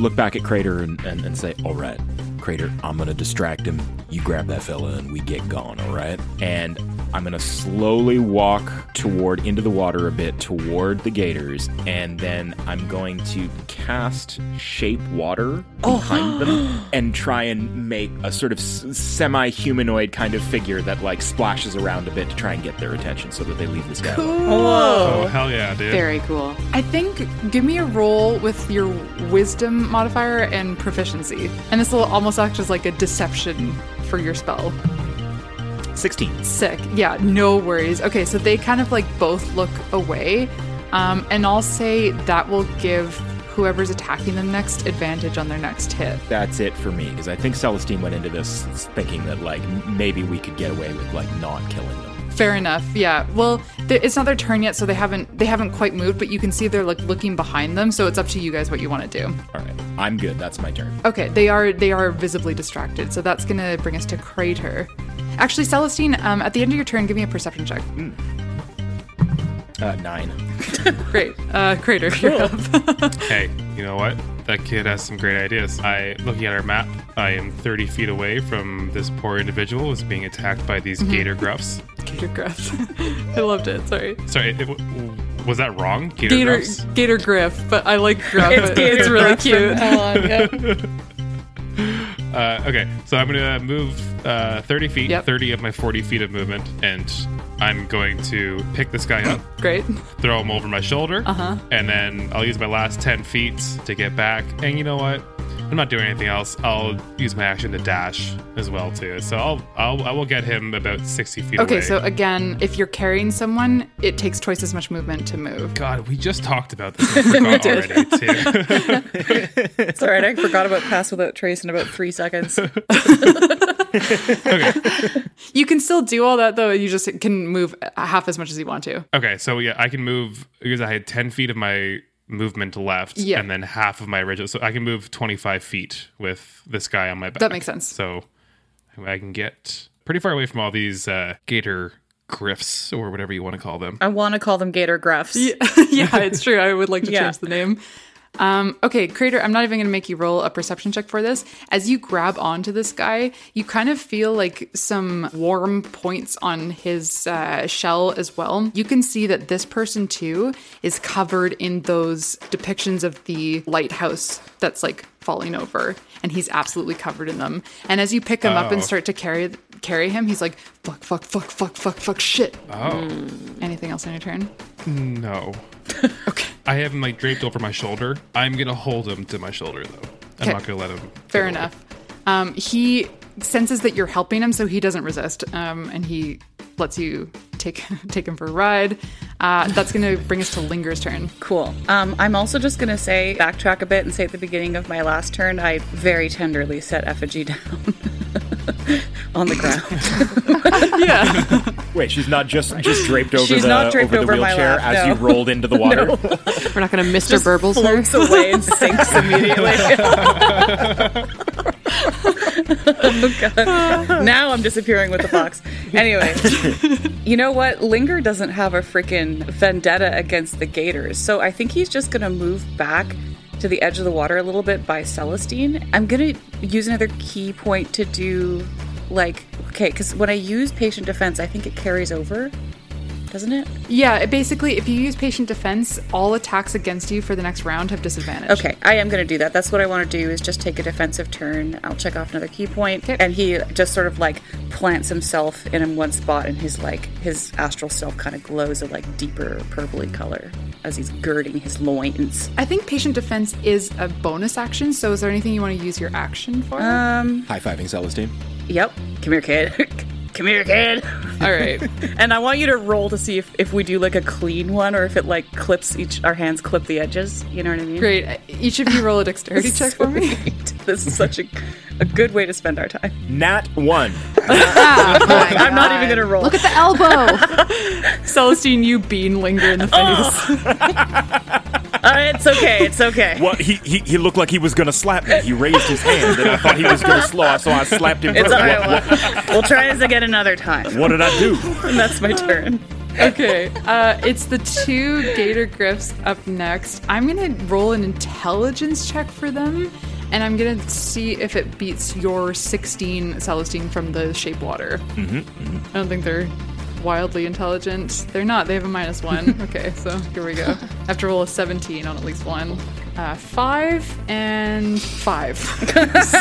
look back at Crater and, and, and say, All right, Crater, I'm going to distract him. You grab that fella and we get gone, all right? And I'm going to slowly walk toward, into the water a bit, toward the gators. And then I'm going to cast Shape Water behind them and try and make a sort of semi humanoid kind of figure that like splashes around a bit to try and get their attention so that they leave this guy alone. Oh, hell yeah, dude. Very cool. I think give me a roll with your wisdom modifier and proficiency. And this will almost act as like a deception for your spell. 16. Sick. Yeah, no worries. Okay, so they kind of like both look away. Um, and I'll say that will give whoever's attacking them next advantage on their next hit. That's it for me, because I think Celestine went into this thinking that like maybe we could get away with like not killing them. Fair enough. Yeah. Well, th- it's not their turn yet, so they haven't they haven't quite moved, but you can see they're like looking behind them. So it's up to you guys what you want to do. All right, I'm good. That's my turn. Okay, they are they are visibly distracted, so that's gonna bring us to Crater. Actually, Celestine, um, at the end of your turn, give me a perception check. Uh, nine. Great, uh, Crater, you're up. hey, you know what? That kid has some great ideas. I looking at our map, I am 30 feet away from this poor individual who's being attacked by these Mhm. gator gruffs. Gator Gruff. I loved it. Sorry. Sorry, it, w- w- was that wrong? Gator, Gator, gruffs? Gator Griff, but I like Gruff. It's it's, Gator really Gruff from cute. now on, Uh, okay, so I'm gonna move uh, 30 feet, 30 of my 40 feet of movement, and I'm going to pick this guy up, Great. throw him over my shoulder, Uh-huh. and then I'll use my last 10 feet to get back. And you know what? I'm not doing anything else. I'll use my action to dash as well too. So I'll, I'll I will get him about 60 feet Okay, away. so again, if you're carrying someone, it takes twice as much movement to move. God, we just talked about this. I forgot already too. It's all right. I forgot about pass without trace in about three seconds. You can still do all that though. You just can move half as much as you want to. Okay, so yeah, I can move because I had ten feet of my movement left, Yeah. and then half of my original, so I can move twenty five feet with this guy on my back. That makes sense. So I can get pretty far away from all these uh, gator griffs or whatever you want to call them. I want to call them Gator Gruffs. Yeah, yeah, it's true. I would like to Yeah. change the name. Um, okay, Crater, I'm not even going to make you roll a perception check for this. As you grab onto this guy, you kind of feel like some warm points on his uh, shell as well. You can see that this person, too, is covered in those depictions of the lighthouse that's like falling over, and he's absolutely covered in them. And as you pick him up and Oh. start to carry carry him, he's like, fuck, fuck, fuck, fuck, fuck, fuck, shit. Oh. Anything else on your turn? No. okay. I have him like draped over my shoulder. I'm gonna hold him to my shoulder though. I'm Okay. not gonna let him. Fair enough. Um, he senses that you're helping him, so he doesn't resist, um, and he lets you take take him for a ride. Uh, that's going to bring us to Linger's turn. Cool. Um, I'm also just going to say, backtrack a bit and say at the beginning of my last turn, I very tenderly set Effigy down on the ground. Wait, she's not just just draped over She's the not draped over the over my wheelchair lap, as no. you rolled into the water. We're not going to Mr. Burbles her. floats away and sinks immediately. oh god. Now I'm disappearing with the box. Anyway, you know what? Linger doesn't have a freaking vendetta against the Gators. So I think he's just going to move back to the edge of the water a little bit by Celestine. I'm going to use another key point to do like okay, cuz when I use patient defense, I think it carries over, doesn't it? Yeah, it basically, if you use patient defense, all attacks against you for the next round have disadvantage. Okay, I am going to do that. That's what I want to do is just take a defensive turn. I'll check off another key point, and he just sort of like plants himself in one spot, and his like his astral self kind of glows a like deeper purpley color as he's girding his loins. I think patient defense is a bonus action. So, is there anything you want to use your action for? Um. High fiving Celestine. Yep. Come here, kid. Come here, kid. All right. and I want you to roll to see if if we do like a clean one or if it like clips each our hands clip the edges. You know what I mean? Great. Each of you roll a dexterity check for me. this is such a a good way to spend our time. Nat one. Ah, I'm not even gonna roll. Look at the elbow. Celestine, you bean Linger in the face. Uh, it's okay. It's okay. What he, he he looked like he was gonna slap me. He raised his hand and I thought he was gonna slaw, so I slapped him. It's first. all right. What- We'll, we'll try this again another time. what did I do? And that's my turn. okay, uh, it's the two gator griffs up next. I'm gonna roll an intelligence check for them, and I'm gonna see if it beats your 16 Celestine from the shape water. Mm-hmm, mm-hmm. I don't think they're wildly intelligent. They're not. They have a minus one. okay, so here we go. I have to roll a 17 on at least one. Uh, five and five.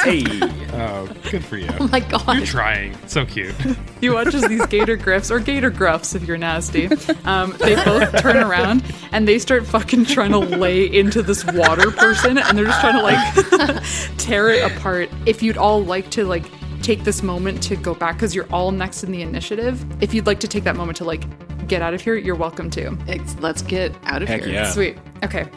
hey. Oh, good for you. Oh my god. You're trying. So cute. You watch as these gator griffs, or gator gruffs if you're nasty, um, they both turn around and they start fucking trying to lay into this water person and they're just trying to like tear it apart. If you'd all like to like take this moment to go back because you're all next in the initiative. If you'd like to take that moment to like get out of here, you're welcome to. It's, let's get out of Heck here. yeah. Sweet. Okay.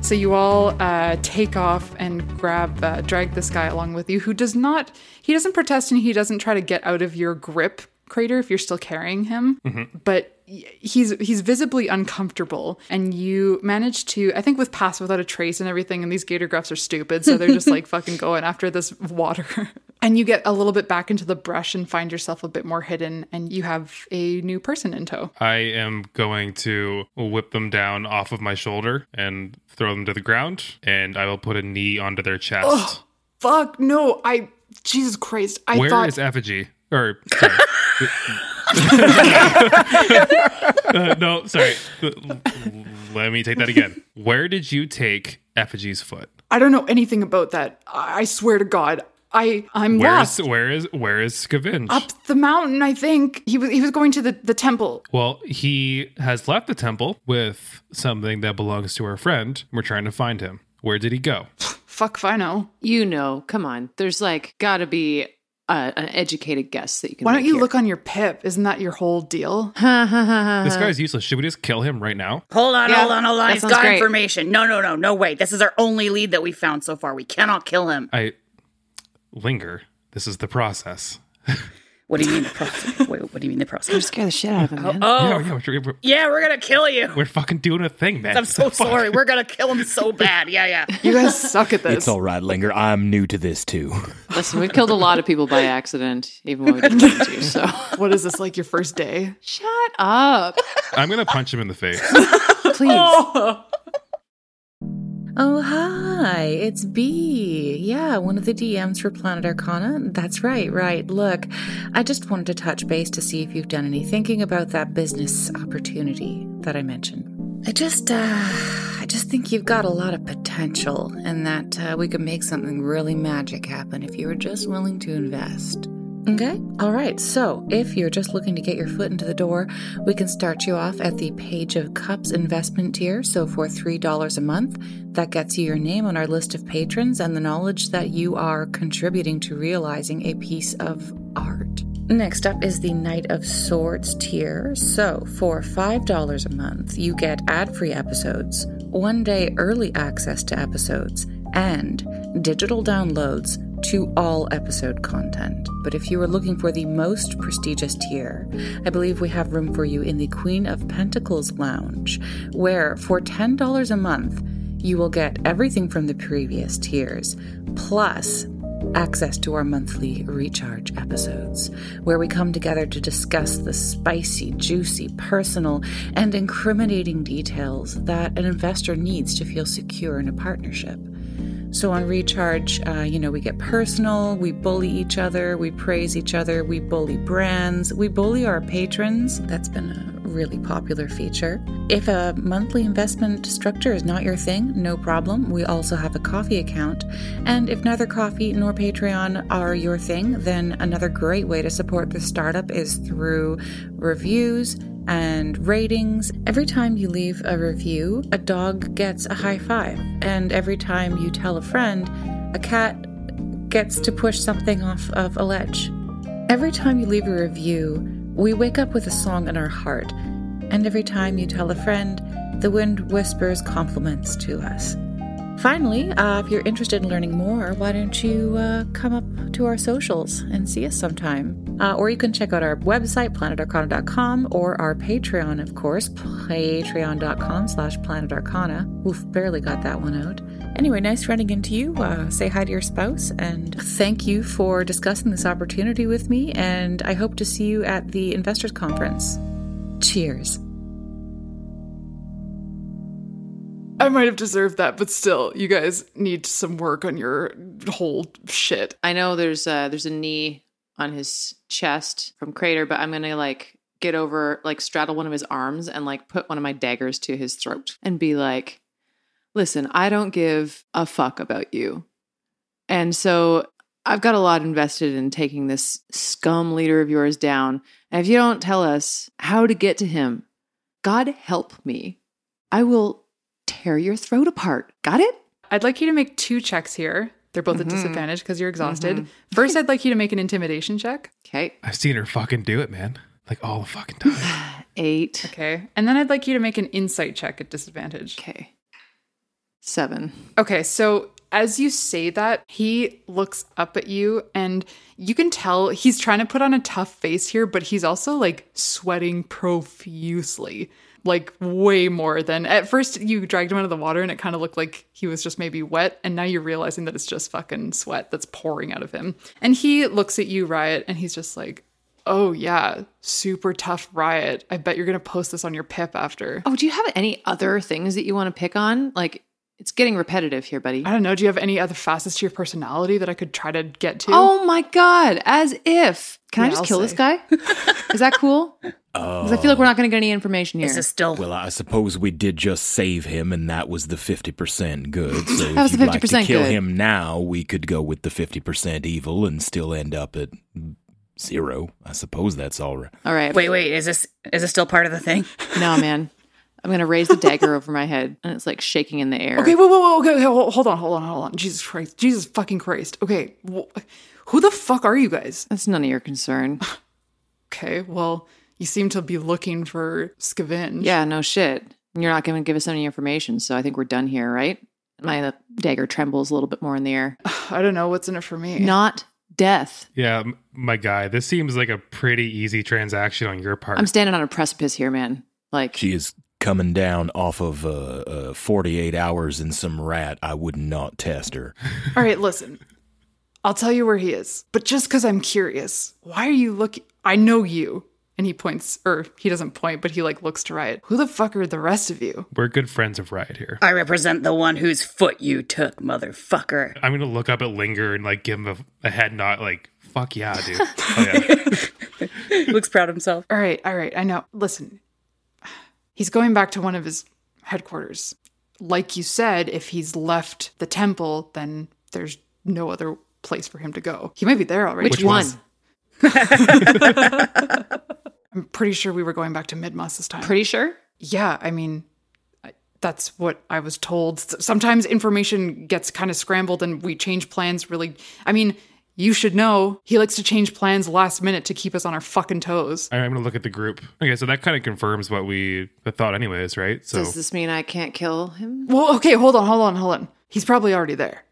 So you all uh, take off and grab, uh, drag this guy along with you, who does not, he doesn't protest and he doesn't try to get out of your grip, Crater, if you're still carrying him. Mm-hmm. Mhm. But y- he's he's visibly uncomfortable, and you manage to, I think, with pass without a trace and everything. And these gator gruffs are stupid, so they're just like fucking going after this water. And you get a little bit back into the brush and find yourself a bit more hidden, and you have a new person in tow. I am going to whip them down off of my shoulder and throw them to the ground, and I will put a knee onto their chest. Oh, fuck no! I Jesus Christ! I Where is thought effigy? Or sorry. Uh, no, sorry. Let me take that again. Where did you take effigy's foot? I don't know anything about that. I, I swear to God, I I'm Where's lost. where is where is Scavenge? Up the mountain, I think he was he was going to the the temple. Well, he has left the temple with something that belongs to our friend. We're trying to find him. Where did he go? Fuck if I know. You know, come on. There's like got to be a, an educated guess that you can. Why don't make you here. look on your pip? Isn't that your whole deal? Uh, This guy's useless. Should we just kill him right now? Hold on, Yeah, hold on, hold on. that He's sounds got great. information. No, no, no, no way. This is our only lead that we found so far. We cannot kill him. I linger. This is the process. What do you mean the process? Wait, what do you mean the You process? scare the shit out of him, man. Oh, Yeah, yeah, we're, we're- yeah, we're gonna kill you. we're fucking doing a thing, man. I'm so Fuck. sorry. We're gonna kill him so bad. Yeah, yeah. You guys suck at this. It's all right, Linger. I'm new to this too. Listen, we've killed a lot of people by accident, even when we didn't mean to. So What is this like your first day? shut up, I'm gonna punch him in the face. please. Oh, hi, it's B. Yeah, one of the DMs for Planet Arcana. That's right, right. Look, I just wanted to touch base to see if you've done any thinking about that business opportunity that I mentioned. I just, uh, I just think you've got a lot of potential and that uh, we could make something really magic happen if you were just willing to invest. Okay. All right. So, if you're just looking to get your foot into the door, we can start you off at the Page of Cups investment tier. So, for $3 a month, that gets you your name on our list of patrons and the knowledge that you are contributing to realizing a piece of art. Next up is the Knight of Swords tier. So, for $5 a month, you get ad free episodes, one day early access to episodes, and digital downloads to all episode content. But if you are looking for the most prestigious tier, I believe we have room for you in the Queen of Pentacles Lounge, where for $10 a month, you will get everything from the previous tiers, plus access to our monthly recharge episodes, where we come together to discuss the spicy, juicy, personal, and incriminating details that an investor needs to feel secure in a partnership. So on Recharge, uh, you know, we get personal, we bully each other, we praise each other, we bully brands, we bully our patrons. That's been a really popular feature. If a monthly investment structure is not your thing, no problem. We also have a coffee account. And if neither coffee nor Patreon are your thing, then another great way to support the startup is through reviews and ratings. Every time you leave a review, a dog gets a high five. And every time you tell a friend, a cat gets to push something off of a ledge. Every time you leave a review, we wake up with a song in our heart. And every time you tell a friend, the wind whispers compliments to us. Finally, uh, if you're interested in learning more, why don't you uh, come up to our socials and see us sometime? Uh, or you can check out our website, planetarcana.com, or our Patreon, of course, patreon.com slash planetarcana. Oof, barely got that one out. Anyway, nice running into you. Uh, say hi to your spouse, and thank you for discussing this opportunity with me, and I hope to see you at the Investors Conference. Cheers. I might have deserved that, but still, you guys need some work on your whole shit. I know there's uh there's a knee on his chest from Crater, but I'm gonna like get over, like straddle one of his arms and like put one of my daggers to his throat and be like, listen, I don't give a fuck about you. And so I've got a lot invested in taking this scum leader of yours down. And if you don't tell us how to get to him, God help me. I will tear your throat apart. Got it? I'd like you to make two checks here. They're both at Mhm. disadvantage because you're exhausted. Mhm. First, I'd like you to make an intimidation check. Okay. I've seen her fucking do it, man. Like all the fucking time. Eight. Okay. And then I'd like you to make an insight check at disadvantage. Okay. Seven. Okay, so as you say that, he looks up at you and you can tell he's trying to put on a tough face here, but he's also like sweating profusely. Like way more than at first you dragged him out of the water and it kind of looked like he was just maybe wet and now you're realizing that it's just fucking sweat that's pouring out of him. And he looks at you, Riot, and he's just like, "Oh yeah, super tough Riot. I bet you're going to post this on your pip after." Oh, do you have any other things that you want to pick on? Like, it's getting repetitive here, buddy. I don't know. Do you have any other facets to your personality that I could try to get to? Oh my god! As if. Can I Yeah, just I'll kill this say. guy? Is that cool? Oh. Because I feel like we're not going to get any information here. Well, I suppose we did just save him, and that was the fifty percent good. So That was if the you'd like to 50% kill good. him now, we could go with the fifty percent evil and still end up at zero. I suppose that's all right. All right. Wait, wait. Is this is this still part of the thing? No, man. I'm going to raise the dagger over my head, and it's like shaking in the air. Okay, whoa, whoa, whoa, okay, okay, ho- hold on, hold on, hold on. Jesus Christ, Jesus fucking Christ. Okay, wh- who the fuck are you guys? That's none of your concern. Okay, well, you seem to be looking for Scavenge. Yeah, no shit. You're not going to give us any information, so I think we're done here, right? My uh, dagger trembles a little bit more in the air. I don't know what's in it for me. Not death. Yeah, m- my guy, this seems like a pretty easy transaction on your part. I'm standing on a precipice here, man. Like She is coming down off of uh, uh, forty-eight hours in some rat. I would not test her. All right, listen. I'll tell you where he is, but just because I'm curious, why are you looking? I know you. And he points, or he doesn't point, but he like looks to Riot. Who the fuck are the rest of you? We're good friends of Riot here. I represent the one whose foot you took, motherfucker. I'm gonna look up at Linger and like give him a, a head nod, like fuck yeah, dude. Oh, yeah. Looks proud of himself. All right, all right, I know. Listen, he's going back to one of his headquarters. Like you said, if he's left the temple, then there's no other place for him to go. He might be there already. Which Which one? I'm pretty sure we were going back to Midmas this time. Pretty sure? Yeah, I mean, I- that's what I was told. S- Sometimes information gets kind of scrambled and we change plans really. I mean, you should know he likes to change plans last minute to keep us on our fucking toes. All right, I'm gonna look at the group. Okay, so that kind of confirms what we thought, anyways, right? So does this mean I can't kill him? Well, okay, hold on, hold on, hold on. He's probably already there.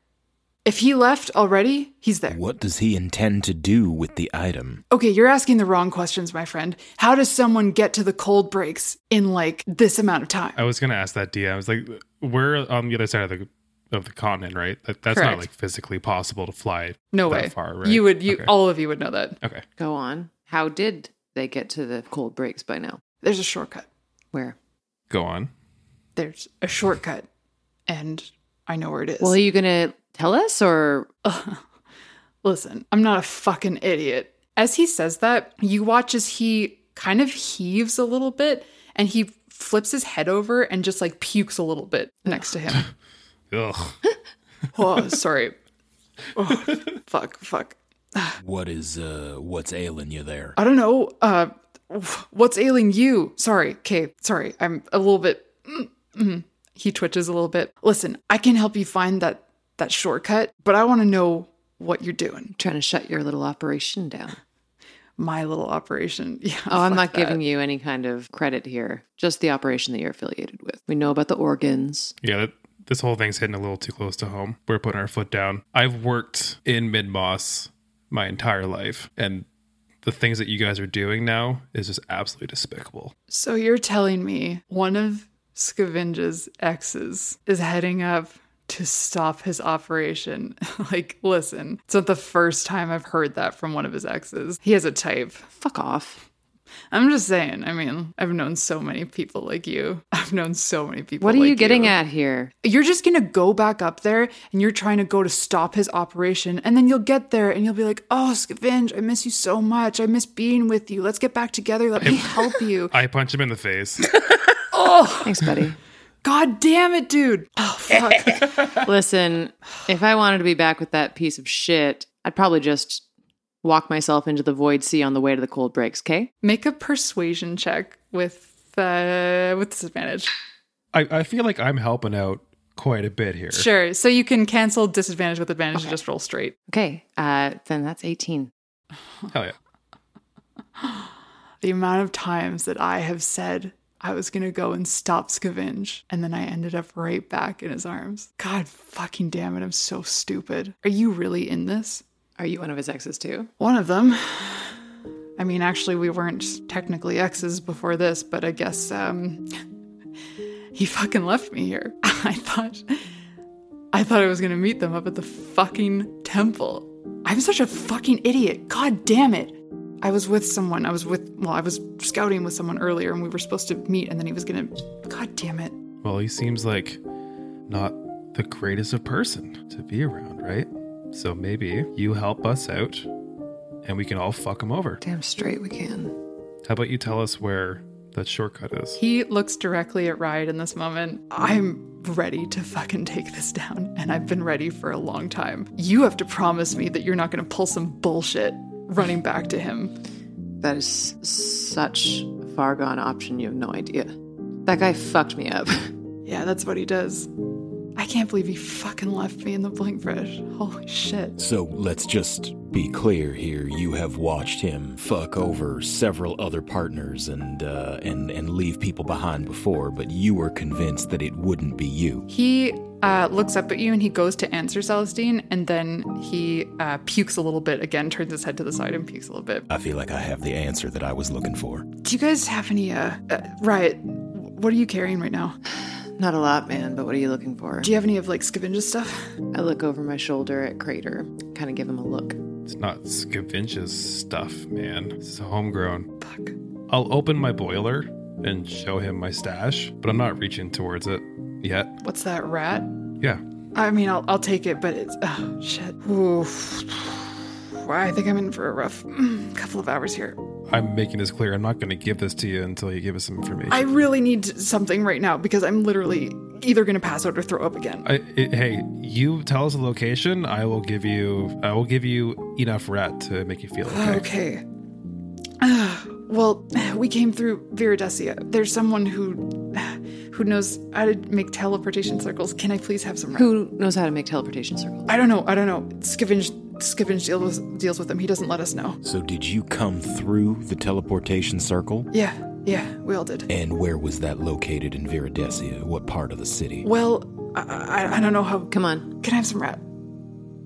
If he left already, he's there. What does he intend to do with the item? Okay, you're asking the wrong questions, my friend. How does someone get to the cold breaks in like this amount of time? I was gonna ask that D. I was like, we're on the other side of the of the continent, right? That, that's Correct. not like physically possible to fly. No that way. Far, right? You would, you Okay. all of you would know that. Okay. Go on. How did they get to the cold breaks by now? There's a shortcut. Where? Go on. There's a shortcut, and I know where it is. Well, are you going to tell us or Oh, Listen, I'm not a fucking idiot. As he says that, you watch as he kind of heaves a little bit, and he flips his head over and just like pukes a little bit next to him. Ugh. oh, sorry. Oh, fuck, fuck. What is uh, what's ailing you there? I don't know. Uh, what's ailing you? Sorry. Okay. Sorry. I'm a little bit. mm, mm. He twitches a little bit. Listen, I can help you find that that shortcut, but I want to know what you're doing. trying to shut your little operation down? My little operation. Yeah. Oh, I'm fuck not that. giving you any kind of credit here. Just the operation that you're affiliated with. We know about the organs. Yeah, that, this whole thing's hitting a little too close to home. We're putting our foot down. I've worked in mid moss my entire life, and the things that you guys are doing now is just absolutely despicable. So you're telling me one of Scavenge's exes is heading up to stop his operation. like, listen, it's not the first time I've heard that from one of his exes. He has a type. Fuck off. I'm just saying. I mean, I've known so many people like you. I've known so many people. What are like you getting at here? You're just gonna go back up there, and you're trying to go to stop his operation, and then you'll get there, and you'll be like, "Oh, Scavenge, I miss you so much. I miss being with you. Let's get back together. Let me help you." I punch him in the face. oh, thanks, buddy. God damn it, dude. Oh fuck. Listen, if I wanted to be back with that piece of shit, I'd probably just walk myself into the void sea on the way to the cold breaks, okay? Make a persuasion check with uh, with disadvantage. I, I feel like I'm helping out quite a bit here. Sure. So you can cancel disadvantage with advantage and just roll straight. Okay. Uh, then that's 18. Hell yeah. The amount of times that I have said I was gonna go and stop Scavenge, and then I ended up right back in his arms. God fucking damn it, I'm so stupid. Are you really in this? Are you one of his exes too? One of them. I mean, actually, we weren't technically exes before this, but I guess um, he fucking left me here. I thought, I thought I was gonna meet them up at the fucking temple. I'm such a fucking idiot. God damn it. I was with someone. I was with, well, I was scouting with someone earlier and we were supposed to meet and then he was gonna, god damn it. Well, he seems like not the greatest of person to be around, right? So maybe you help us out and we can all fuck him over. Damn straight we can. How about you tell us where that shortcut is? He looks directly at Riot in this moment. I'm ready to fucking take this down and I've been ready for a long time. You have to promise me that you're not gonna pull some bullshit running back to him. That is such a far gone option. You have no idea. That guy fucked me up. Yeah, that's what he does. I can't believe he fucking left me in the blinkfish. Holy shit. So let's just be clear here. You have watched him fuck over several other partners and uh, and and leave people behind before, but you were convinced that it wouldn't be you. He uh, looks up at you and he goes to answer Celestine, and then he uh, pukes a little bit again, turns his head to the side and pukes a little bit. I feel like I have the answer that I was looking for. Do you guys have any? Uh, uh Riot, what are you carrying right now? Not a lot, man, but what are you looking for? Do you have any of like Scavenge's stuff? I look over my shoulder at Crater, kind of give him a look. It's not Scavenge's stuff, man. It's homegrown. Fuck. I'll open my boiler and show him my stash, but I'm not reaching towards it yet. What's that rat? Yeah. I mean, I'll, I'll take it, but it's oh shit. Oof. I think I'm in for a rough couple of hours here. I'm making this clear. I'm not going to give this to you until you give us some information. I really need something right now because I'm literally either going to pass out or throw up again. I, it, hey, you tell us the location. I will give you. I will give you enough rat to make you feel Oh, okay. Okay. Uh, well, we came through Viridesia. There's someone who who knows how to make teleportation circles. Can I please have some? Rat? Who knows how to make teleportation circles? I don't know. I don't know. Scavenge Scavenge deals deals with them. He doesn't let us know. So did you come through the teleportation circle? Yeah, yeah, we all did. And where was that located in Viridesia? What part of the city? Well, I, I, I don't know how. Come on. Can I have some rat?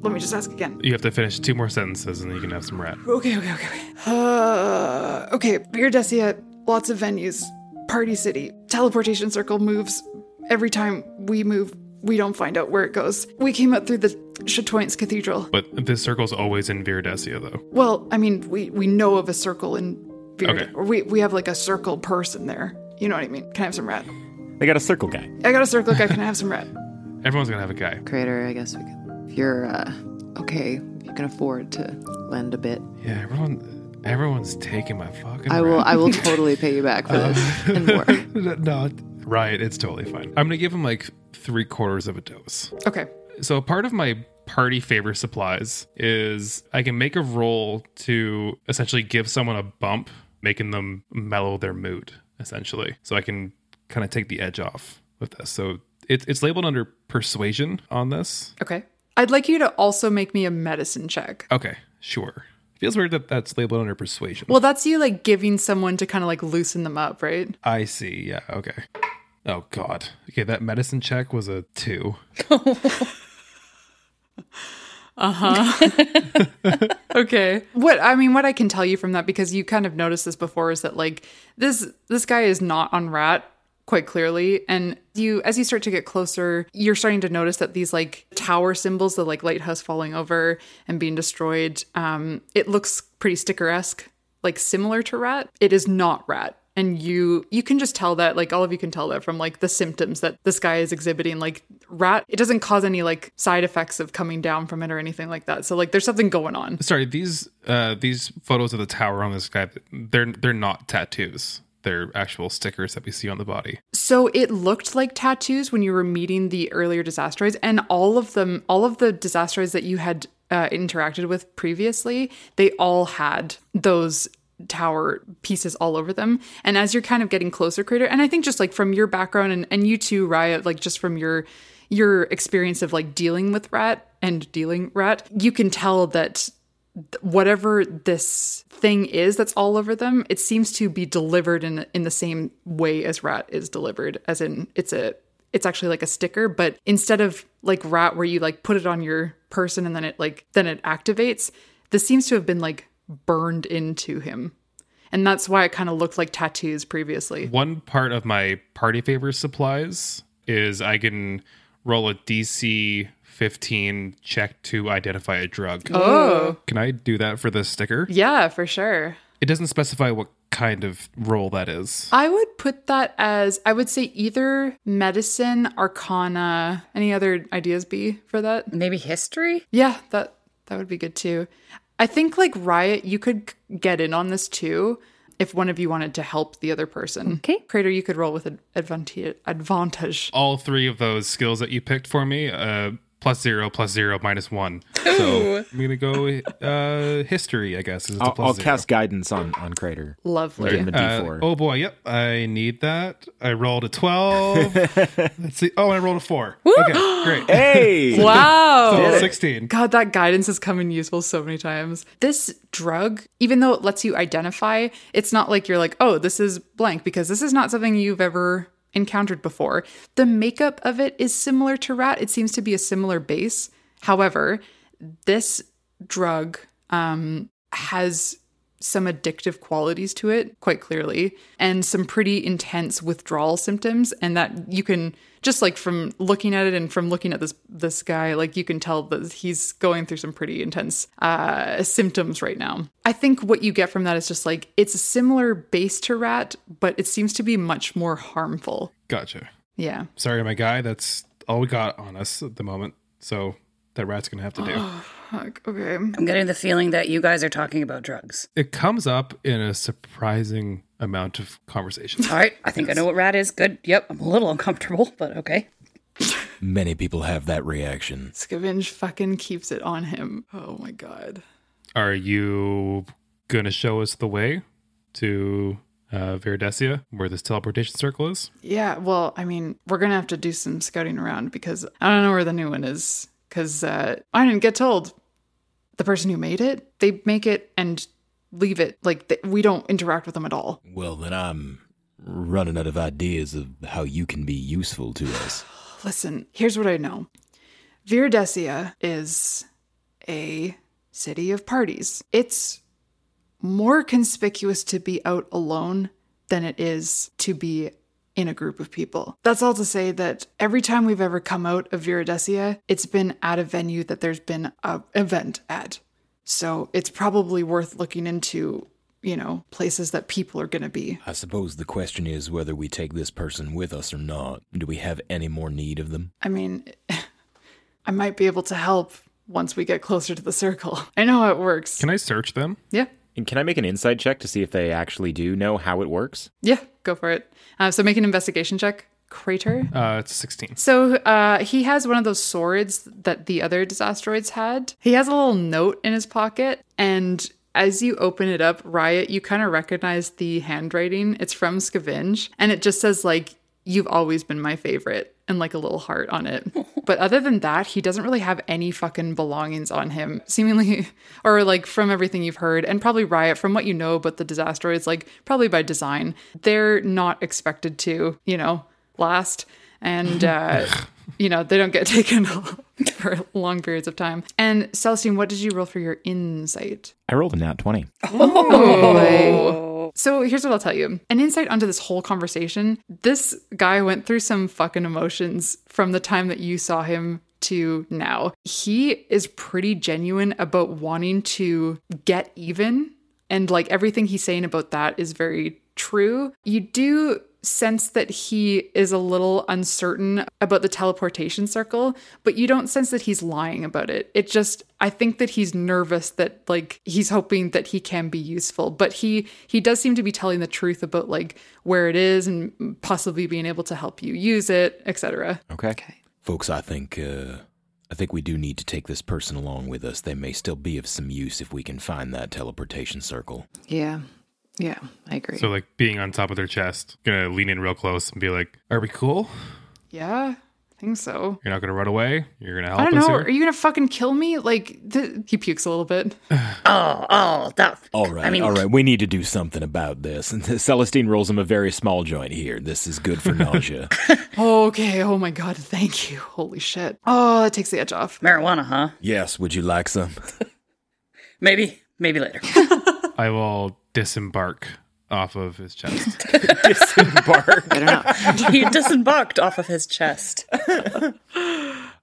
Let me just ask again. You have to finish two more sentences, and then you can have some rat. Okay, okay, okay, okay. Uh, okay, Viridesia, lots of venues. Party City. Teleportation circle moves. Every time we move, we don't find out where it goes. We came up through the Chatoin's Cathedral. But this circle's always in Viridesia, though. Well, I mean, we, we know of a circle in Viridesia. Okay. We, we have like a circle person there. You know what I mean? Can I have some rat? They got a circle guy. I got a circle guy. Can I have some rat? Everyone's going to have a guy. Creator, I guess we can. If you're uh, okay, if you can afford to lend a bit. Yeah, everyone. Everyone's taking my fucking. I will. I will totally pay you back for this and more. Uh, no, right. It's totally fine. I'm gonna give him like three quarters of a dose. Okay. So part of my party favor supplies is I can make a roll to essentially give someone a bump, making them mellow their mood. Essentially, so I can kind of take the edge off with this. So it's it's labeled under persuasion on this. Okay. I'd like you to also make me a medicine check. Okay. Sure feels weird that that's labeled under persuasion. Well, that's you like giving someone to kind of like loosen them up, right? I see. Yeah. Okay. Oh God. Okay, that medicine check was a two. uh huh. okay. What I mean, what I can tell you from that because you kind of noticed this before is that like this this guy is not on rat quite clearly and you as you start to get closer you're starting to notice that these like tower symbols the like lighthouse falling over and being destroyed um it looks pretty sticker-esque like similar to rat, it is not rat. And you you can just tell that like all of you can tell that from like the symptoms that this guy is exhibiting like rat it doesn't cause any like side effects of coming down from it or anything like that. So like there's something going on. Sorry, these uh these photos of the tower on this guy they're they're not tattoos their actual stickers that we see on the body. So it looked like tattoos when you were meeting the earlier disasteroids, and all of them, all of the disasteroids that you had uh, interacted with previously, they all had those tower pieces all over them. And as you're kind of getting closer, Crater, and I think just like from your background and, and you too, Riot, like just from your your experience of like dealing with rat and dealing rat, you can tell that whatever this thing is that's all over them it seems to be delivered in in the same way as rat is delivered as in it's a it's actually like a sticker but instead of like rat where you like put it on your person and then it like then it activates this seems to have been like burned into him and that's why it kind of looked like tattoos previously one part of my party favor supplies is i can roll a dc 15 check to identify a drug. Oh. Can I do that for the sticker? Yeah, for sure. It doesn't specify what kind of role that is. I would put that as I would say either medicine, arcana, any other ideas be for that? Maybe history? Yeah, that that would be good too. I think like Riot, you could get in on this too if one of you wanted to help the other person. Okay. Crater, you could roll with an advanti- advantage. All three of those skills that you picked for me, uh, plus zero, plus zero, minus one. Ooh. So I'm gonna go uh, history, I guess. Is the I'll, plus I'll zero. cast guidance on on Crater. Lovely. Give him a Uh, D4. oh boy, yep. I need that. I rolled a twelve. Let's see. Oh, I rolled a four. Okay, great. Hey! Wow. So sixteen. God, that guidance has come in useful so many times. This drug, even though it lets you identify, it's not like you're like, oh, this is blank, because this is not something you've ever encountered before. The makeup of it is similar to rat. It seems to be a similar base. However, this drug um, has some addictive qualities to it, quite clearly, and some pretty intense withdrawal symptoms. And that you can just like from looking at it and from looking at this this guy, like you can tell that he's going through some pretty intense uh, symptoms right now. I think what you get from that is just like it's a similar base to rat, but it seems to be much more harmful. Gotcha. Yeah. Sorry, my guy. That's all we got on us at the moment. So that rat's gonna have to do. Okay. I'm getting the feeling that you guys are talking about drugs. it comes up in a surprising amount of conversations. All right, I think I know what rat is. Good. Yep, I'm a little uncomfortable, but okay. Many people have that reaction. Scavenge fucking keeps it on him. Oh my god. Are you gonna show us the way to uh, Viridesia, where this teleportation circle is? Yeah, well, I mean, we're gonna have to do some scouting around because I don't know where the new one is. Because uh, I didn't get told. The person who made it, they make it and leave it. Like th- we don't interact with them at all. Well, then I'm running out of ideas of how you can be useful to us. Listen, here's what I know. Viridesia is a city of parties. It's more conspicuous to be out alone than it is to be in a group of people. That's all to say that every time we've ever come out of Viridesia, it's been at a venue that there's been a event at. So it's probably worth looking into, you know, places that people are going to be. I suppose the question is whether we take this person with us or not. Do we have any more need of them? I mean, I might be able to help once we get closer to the circle. I know how it works. Can I search them? Yeah. And can I make an inside check to see if they actually do know how it works? Yeah, go for it. Uh, so make an investigation check. Crater. Uh, it's 16. So uh, he has one of those swords that the other disasteroids had. He has a little note in his pocket, and as you open it up, Riot, you kind of recognize the handwriting. It's from Scavenge, and it just says like, "You've always been my favorite," and like a little heart on it. but other than that, he doesn't really have any fucking belongings on him, seemingly, or like from everything you've heard, and probably Riot from what you know about the disasteroids, like probably by design, they're not expected to, you know, last and uh, you know they don't get taken for long periods of time. And Celestine, what did you roll for your insight? I rolled a nat 20. Oh. So here's what I'll tell you. An insight onto this whole conversation. This guy went through some fucking emotions from the time that you saw him to now. He is pretty genuine about wanting to get even And like everything he's saying about that is very true. You do sense that he is a little uncertain about the teleportation circle, but you don't sense that he's lying about it. It just I think that he's nervous that like he's hoping that he can be useful, but he he does seem to be telling the truth about like where it is and possibly being able to help you use it, etc. Okay. Okay. Folks, I think uh I think we do need to take this person along with us. They may still be of some use if we can find that teleportation circle. Yeah. Yeah, I agree. So like being on top of their chest, gonna lean in real close and be like, "Are we cool? Yeah, I think so. You're not gonna run away. You're gonna help I don't us know. here." Are you gonna fucking kill me? Like th- he pukes a little bit. oh, oh, that. All right, I mean, all right. We need to do something about this. And Celestine rolls him a very small joint here. This is good for nausea. okay. Oh my god. Thank you. Holy shit. Oh, that takes the edge off. Marijuana, huh? yes, would you like some? Maybe, maybe later. I will disembark off of his chest. disembark. he disembarked off of his chest.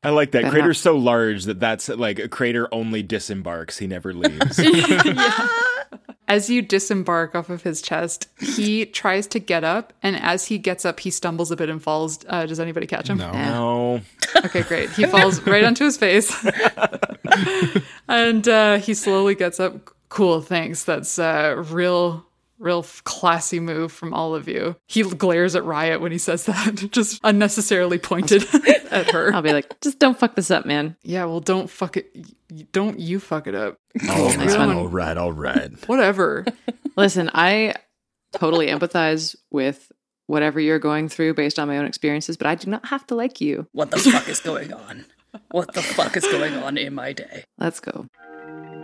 I like that. Better Crater's so large that that's like a crater only disembarks. He never leaves. As you disembark off of his chest, he tries to get up, and as he gets up, he stumbles a bit and falls. Uh, does anybody catch him? no. Okay, great. He falls right onto his face, and uh, he slowly gets up. Cool, thanks. That's a uh, real, real classy move from all of you. He glares at Riot when he says that, just unnecessarily pointed at her. I'll be like, just don't fuck this up, man. Yeah, well, don't fuck it. y- Don't you fuck it up. All Come right, on. all right, all right. Whatever. Listen, I totally empathize with whatever you're going through based on my own experiences, but I do not have to like you. What the fuck is going on? What the fuck is going on in my day? Let's go.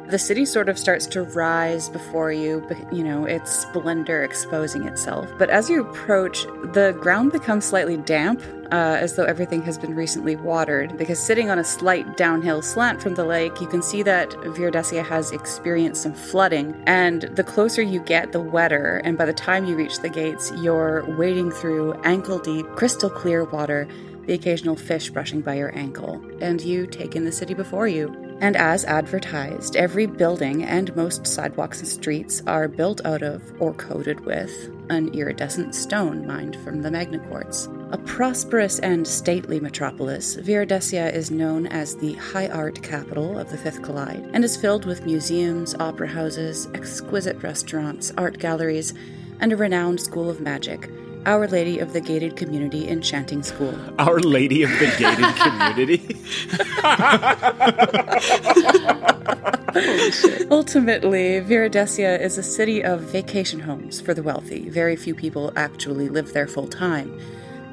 The city sort of starts to rise before you, but you know, its splendor exposing itself. But as you approach, the ground becomes slightly damp, uh, as though everything has been recently watered. Because sitting on a slight downhill slant from the lake, you can see that Viridesia has experienced some flooding. And the closer you get, the wetter. And by the time you reach the gates, you're wading through ankle deep, crystal clear water the occasional fish brushing by your ankle, and you take in the city before you. And as advertised, every building and most sidewalks and streets are built out of or coated with an iridescent stone mined from the Magna Quartz. A prosperous and stately metropolis, Viridesia is known as the high art capital of the Fifth Collide and is filled with museums, opera houses, exquisite restaurants, art galleries, and a renowned school of magic, Our Lady of the Gated Community Enchanting School. Our Lady of the Gated Community. Ultimately, Viridesia is a city of vacation homes for the wealthy. Very few people actually live there full time.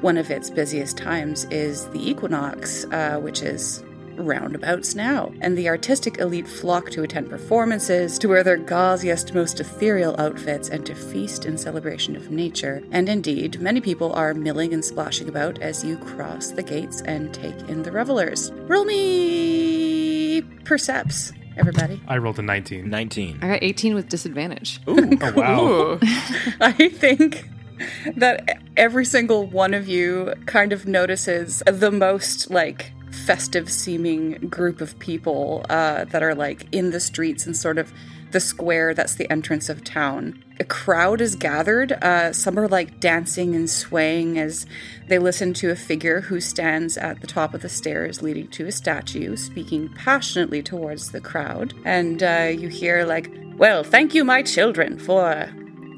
One of its busiest times is the equinox, uh, which is roundabouts now, and the artistic elite flock to attend performances, to wear their gauziest, most ethereal outfits, and to feast in celebration of nature. And indeed, many people are milling and splashing about as you cross the gates and take in the revelers. Roll me percepts, everybody. I rolled a 19. 19. I got 18 with disadvantage. Ooh. Oh, wow. I think that every single one of you kind of notices the most like festive seeming group of people uh, that are like in the streets and sort of the square that's the entrance of town. A crowd is gathered. Uh, some are like dancing and swaying as they listen to a figure who stands at the top of the stairs leading to a statue, speaking passionately towards the crowd. And uh, you hear, like, Well, thank you, my children, for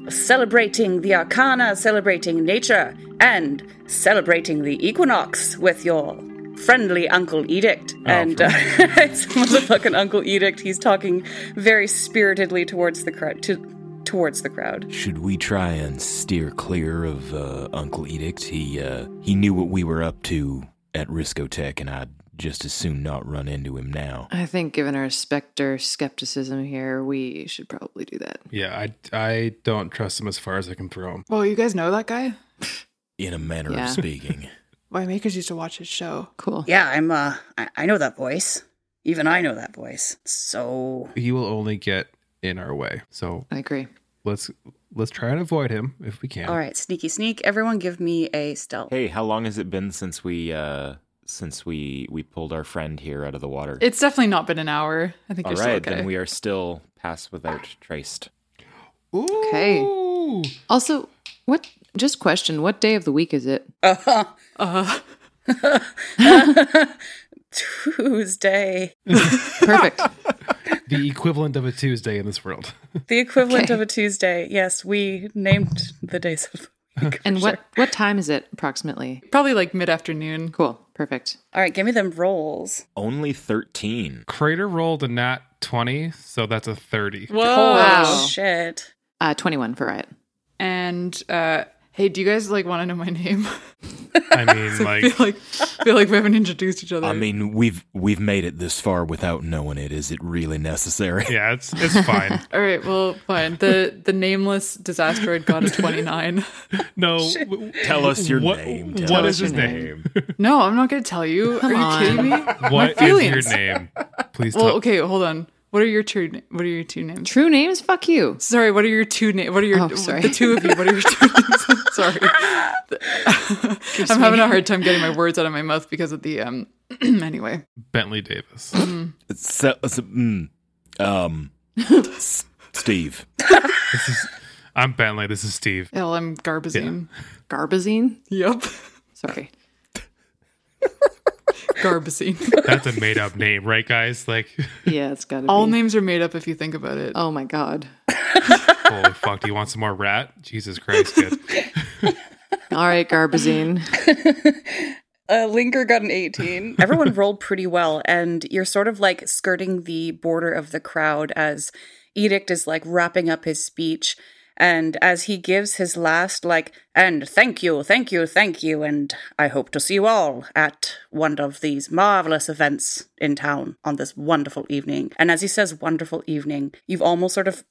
celebrating the arcana, celebrating nature, and celebrating the equinox with your friendly Uncle Edict. and uh, it's motherfucking Uncle Edict. He's talking very spiritedly towards the crowd. To, towards the crowd. Should we try and steer clear of uh, Uncle Edict? He uh, he knew what we were up to at Riscotech, and I'd just as soon not run into him now. I think, given our specter skepticism here, we should probably do that. Yeah, I, I don't trust him as far as I can throw him. Well, you guys know that guy. In a manner Yeah. of speaking. My makers used to watch his show. Cool. Yeah, I'm. uh I, I know that voice. Even I know that voice. So He will only get in our way. So I agree. Let's let's try and avoid him if we can. All right, sneaky sneak. Everyone, give me a stealth. Hey, how long has it been since we uh since we we pulled our friend here out of the water? It's definitely not been an hour. I think All you're right, still okay. then we are still passed without traced. Okay. Also, what? Just question. What day of the week is it? Uh-huh. Uh-huh. Tuesday. Perfect. Oh. The equivalent of a Tuesday in this world. The equivalent of a Tuesday. Yes, we named the days of and what what time is it approximately? Probably like mid afternoon. Cool. Perfect. All right, give me them rolls. Only 13. Crater rolled a nat 20, so that's a 30. Whoa. Wow. shit. Uh, 21 for Riot. And uh, hey, do you guys like want to know my name? I mean, like, feel like feel like we haven't introduced each other. I mean, we've we've made it this far without knowing it. Is it really necessary? Yeah, it's it's fine. All right, well, fine. The the nameless disasteroid god is twenty nine. No, w- tell us your what, name. What Tell us is his name? No, I'm not going to tell you. Are on. you kidding me? My What is your feelings. name? Please Well, tell. okay, hold on. What are your true? na- What are your two names? True names? Fuck you. Sorry, what are your two names? What are your Oh, sorry. the two of you? What are your two names? I'm sorry, I'm having a hard time getting my words out of my mouth because of the um. anyway, Bentley Davis. Hmm. So, so, mm, um, S- Steve. I'm Bentley. This is Steve. L. M. Garbazine. Garbazine? Yep, Sorry. Garbazine. That's a made up name, right, guys? Like, Yeah, it's got to be. All names are made up if you think about it. Oh my god. holy fuck, do you want some more rat? Jesus Christ, kid. All right, Garbazine. Uh, Linger got an 18. Everyone rolled pretty well, and you're sort of like skirting the border of the crowd as Edict is like wrapping up his speech. And as he gives his last, like, and thank you, thank you, thank you, and I hope to see you all at one of these marvelous events in town on this wonderful evening. And as he says, wonderful evening, you've almost sort of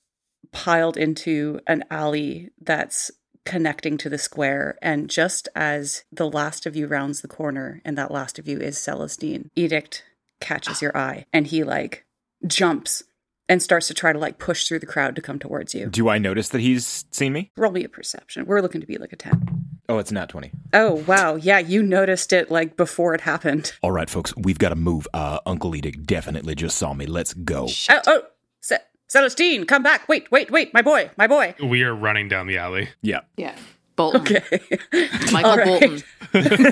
piled into an alley that's connecting to the square. And just as the last of you rounds the corner, and that last of you is Celestine, Edict catches your eye and he like jumps and starts to try to like push through the crowd to come towards you. Do I notice that he's seen me? Roll me a perception. We're looking to be like a 10. Oh, it's not 20. Oh, wow. Yeah, you noticed it like before it happened. All right, folks, we've got to move. Uh, Uncle Edic definitely just saw me. Let's go. Oh, oh, Ce- Celestine, come back. Wait, wait, wait, my boy, my boy. We are running down the alley. Yeah. Yeah. Bolton. Okay. Michael All right. Bolton.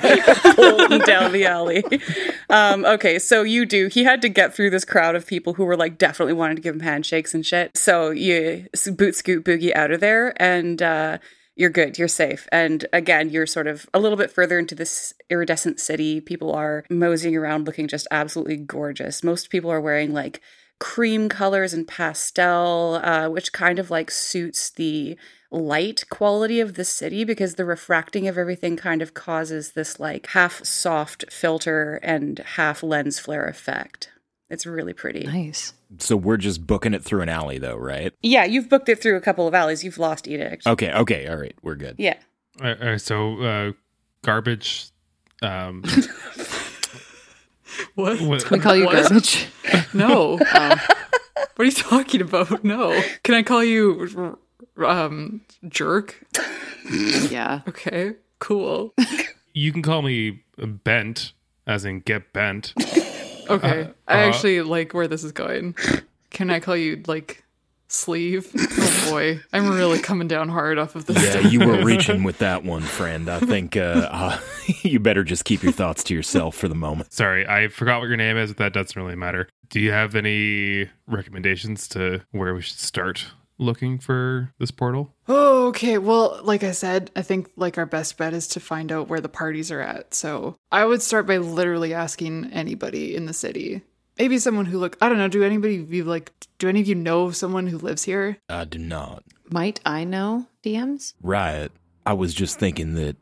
Bolton down the alley. Um, okay, so you do. He had to get through this crowd of people who were like definitely wanting to give him handshakes and shit. So you s- boot scoot boogie out of there and uh, you're good. You're safe. And again, you're sort of a little bit further into this iridescent city. People are moseying around looking just absolutely gorgeous. Most people are wearing like cream colors and pastel, uh, which kind of like suits the light quality of the city because the refracting of everything kind of causes this like half soft filter and half lens flare effect. It's really pretty. Nice. So we're just booking it through an alley, though, right? Yeah, you've booked it through a couple of alleys. You've lost Edict. Okay, okay, all right, we're good. Yeah. All right, all right, so, uh, garbage. Um, What? what- We call you What? garbage. No. Um, What are you talking about? No. Can I call you r- um jerk? Yeah. Okay. Cool. you can call me bent, as in get bent. Okay. I uh, actually like where this is going. Can I call you like sleeve? Oh boy. I'm really coming down hard off of this. Yeah, you were reaching with that one, friend. I think uh, uh, you better just keep your thoughts to yourself for the moment. Sorry, I forgot what your name is, but that doesn't really matter. Do you have any recommendations to where we should start looking for this portal? Oh, okay. Well, like I said, I think like our best bet is to find out where the parties are at. So I would start by literally asking anybody in the city. Maybe someone who look I don't know, do anybody of you like do any of you know someone who lives here? I do not. Might I know DMs? Riot, I was just thinking that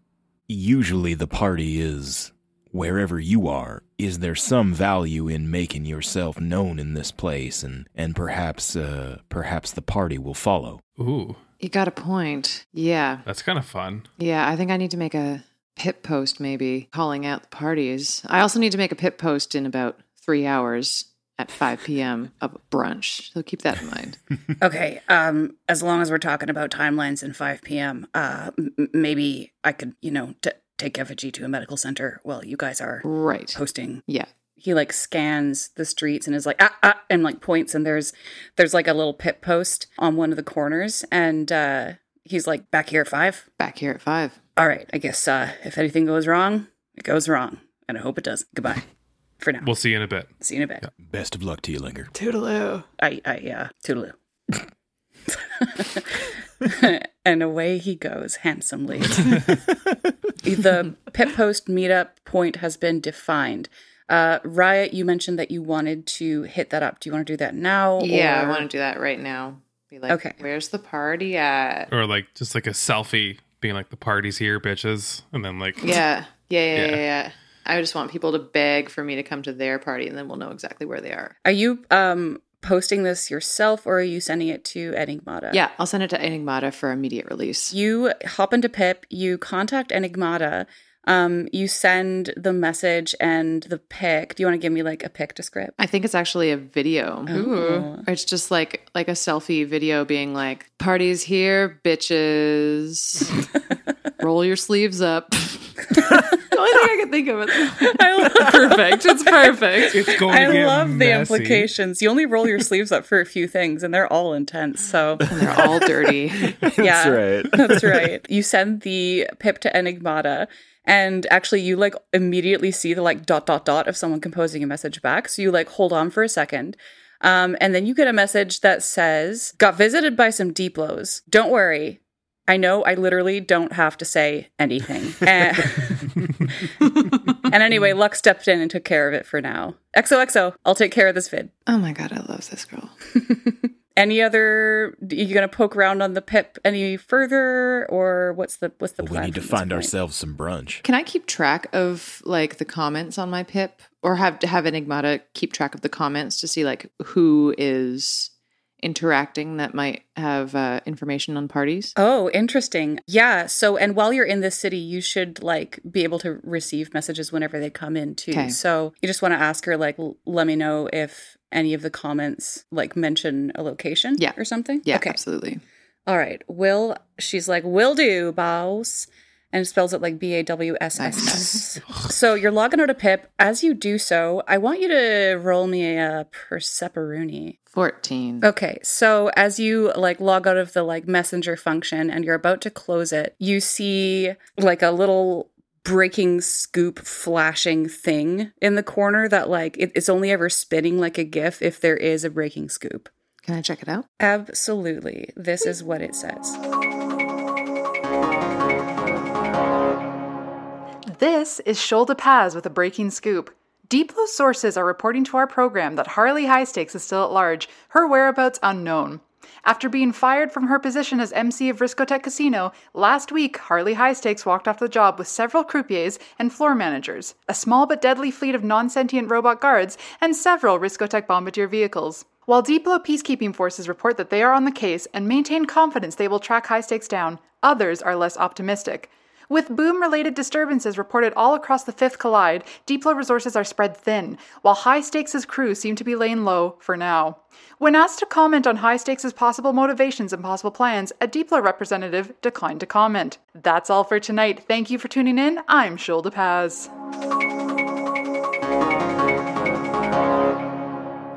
usually the party is wherever you are. Is there some value in making yourself known in this place, and and perhaps uh, perhaps the party will follow? Ooh, You got a point. Yeah. that's kind of fun. Yeah, I think I need to make a pip post maybe calling out the parties. I also need to make a pip post in about three hours at 5 p.m. of brunch. So keep that in mind. Okay. Um, as long as we're talking about timelines and 5 p.m., uh, m- m- maybe I could, you know, t- take effigy to a medical center while you guys are right. hosting Yeah. he like scans the streets and is like ah, ah and like points and there's there's like a little pit post on one of the corners and uh he's like back here at five back here at five all right i guess uh if anything goes wrong it goes wrong and i hope it does goodbye for now we'll see you in a bit see you in a bit yeah. best of luck to you linger toodaloo i i yeah uh, toodaloo and away he goes handsomely the pit post meetup point has been defined uh, Riot, you mentioned that you wanted to hit that up. Do you want to do that now? Yeah, or... I want to do that right now. Be like, okay, where's the party at? Or like just like a selfie, being like, the party's here, bitches, and then like, yeah, yeah, yeah, yeah. yeah, yeah. I just want people to beg for me to come to their party, and then we'll know exactly where they are. Are you um posting this yourself or are you sending it to Enigmata? Yeah, I'll send it to Enigmata for immediate release. You hop into Pip, you contact Enigmata, um, you send the message and the pic. Do you want to give me like a pic to script? Oh. I think it's actually a video. Ooh. It's just like like a selfie video being like, party's here, bitches. Roll your sleeves up. the only thing I can think of it. I love perfect. It's perfect. It's going. I love messy. the implications. You only roll your sleeves up for a few things, and they're all intense. So and they're all dirty. that's yeah, right. that's right. You send the pip to Enigmata. And actually, you like immediately see the like dot dot dot of someone composing a message back. So you like hold on for a second, um, and then you get a message that says, "Got visited by some deep lows. Don't worry, I know I literally don't have to say anything. and, and anyway, Luck stepped in and took care of it for now. XOXO, I'll take care of this vid. Oh my god, I love this girl. Any other? You gonna poke around on the pip any further, or what's the what's the well, We need to find ourselves some brunch. Can I keep track of like the comments on my pip, or have have Enigmata keep track of the comments to see like who is interacting that might have uh, information on parties. Oh, interesting. Yeah. So, and while you're in this city, you should like be able to receive messages whenever they come in too. Okay. So, you just want to ask her, like, l- let me know if any of the comments like mention a location yeah. or something. Yeah, okay. absolutely. All right. Will, she's like, will do, boss and spells it like B A W S S S. So you're logging out of Pip. As you do so, I want you to roll me a Perseperuni. 14. Okay. So as you like log out of the like messenger function and you're about to close it, you see like a little breaking scoop flashing thing in the corner that like it, it's only ever spinning like a gif if there is a breaking scoop. Can I check it out? Absolutely. This is what it says. This is Shoulder Paz with a breaking scoop. Diplo sources are reporting to our program that Harley High Stakes is still at large, her whereabouts unknown. After being fired from her position as MC of Riscotech Casino, last week Harley High Stakes walked off the job with several croupiers and floor managers, a small but deadly fleet of non sentient robot guards, and several Riscotech bombardier vehicles. While Diplo peacekeeping forces report that they are on the case and maintain confidence they will track high stakes down, others are less optimistic. With boom related disturbances reported all across the fifth collide, Diplo resources are spread thin, while High Stakes' crew seem to be laying low for now. When asked to comment on High Stakes' possible motivations and possible plans, a Diplo representative declined to comment. That's all for tonight. Thank you for tuning in. I'm Shulda Paz.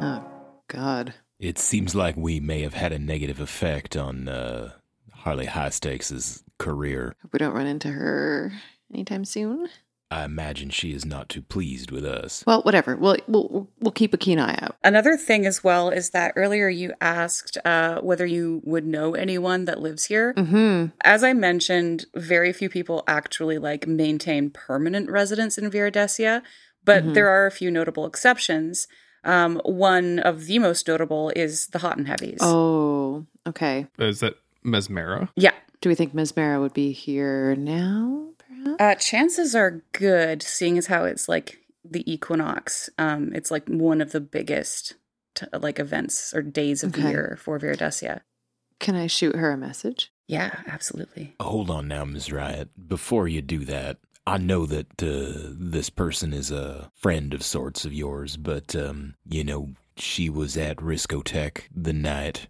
Oh, God. It seems like we may have had a negative effect on uh, Harley High Stakes' career. Hope we don't run into her anytime soon. I imagine she is not too pleased with us. Well, whatever. We'll we'll we'll keep a keen eye out. Another thing as well is that earlier you asked uh, whether you would know anyone that lives here. Mm-hmm. As I mentioned, very few people actually like maintain permanent residence in Viridesia, but mm-hmm. there are a few notable exceptions. Um, one of the most notable is the Hot and Heavies. Oh, okay. Is that Mesmera? Yeah. Do we think Mesmera would be here now? Perhaps? Uh, chances are good, seeing as how it's like the equinox. Um, it's like one of the biggest t- like events or days of okay. the year for Viridesia. Can I shoot her a message? Yeah, absolutely. Hold on now, Ms. Riot. Before you do that, I know that uh, this person is a friend of sorts of yours, but um, you know she was at Riscotech the night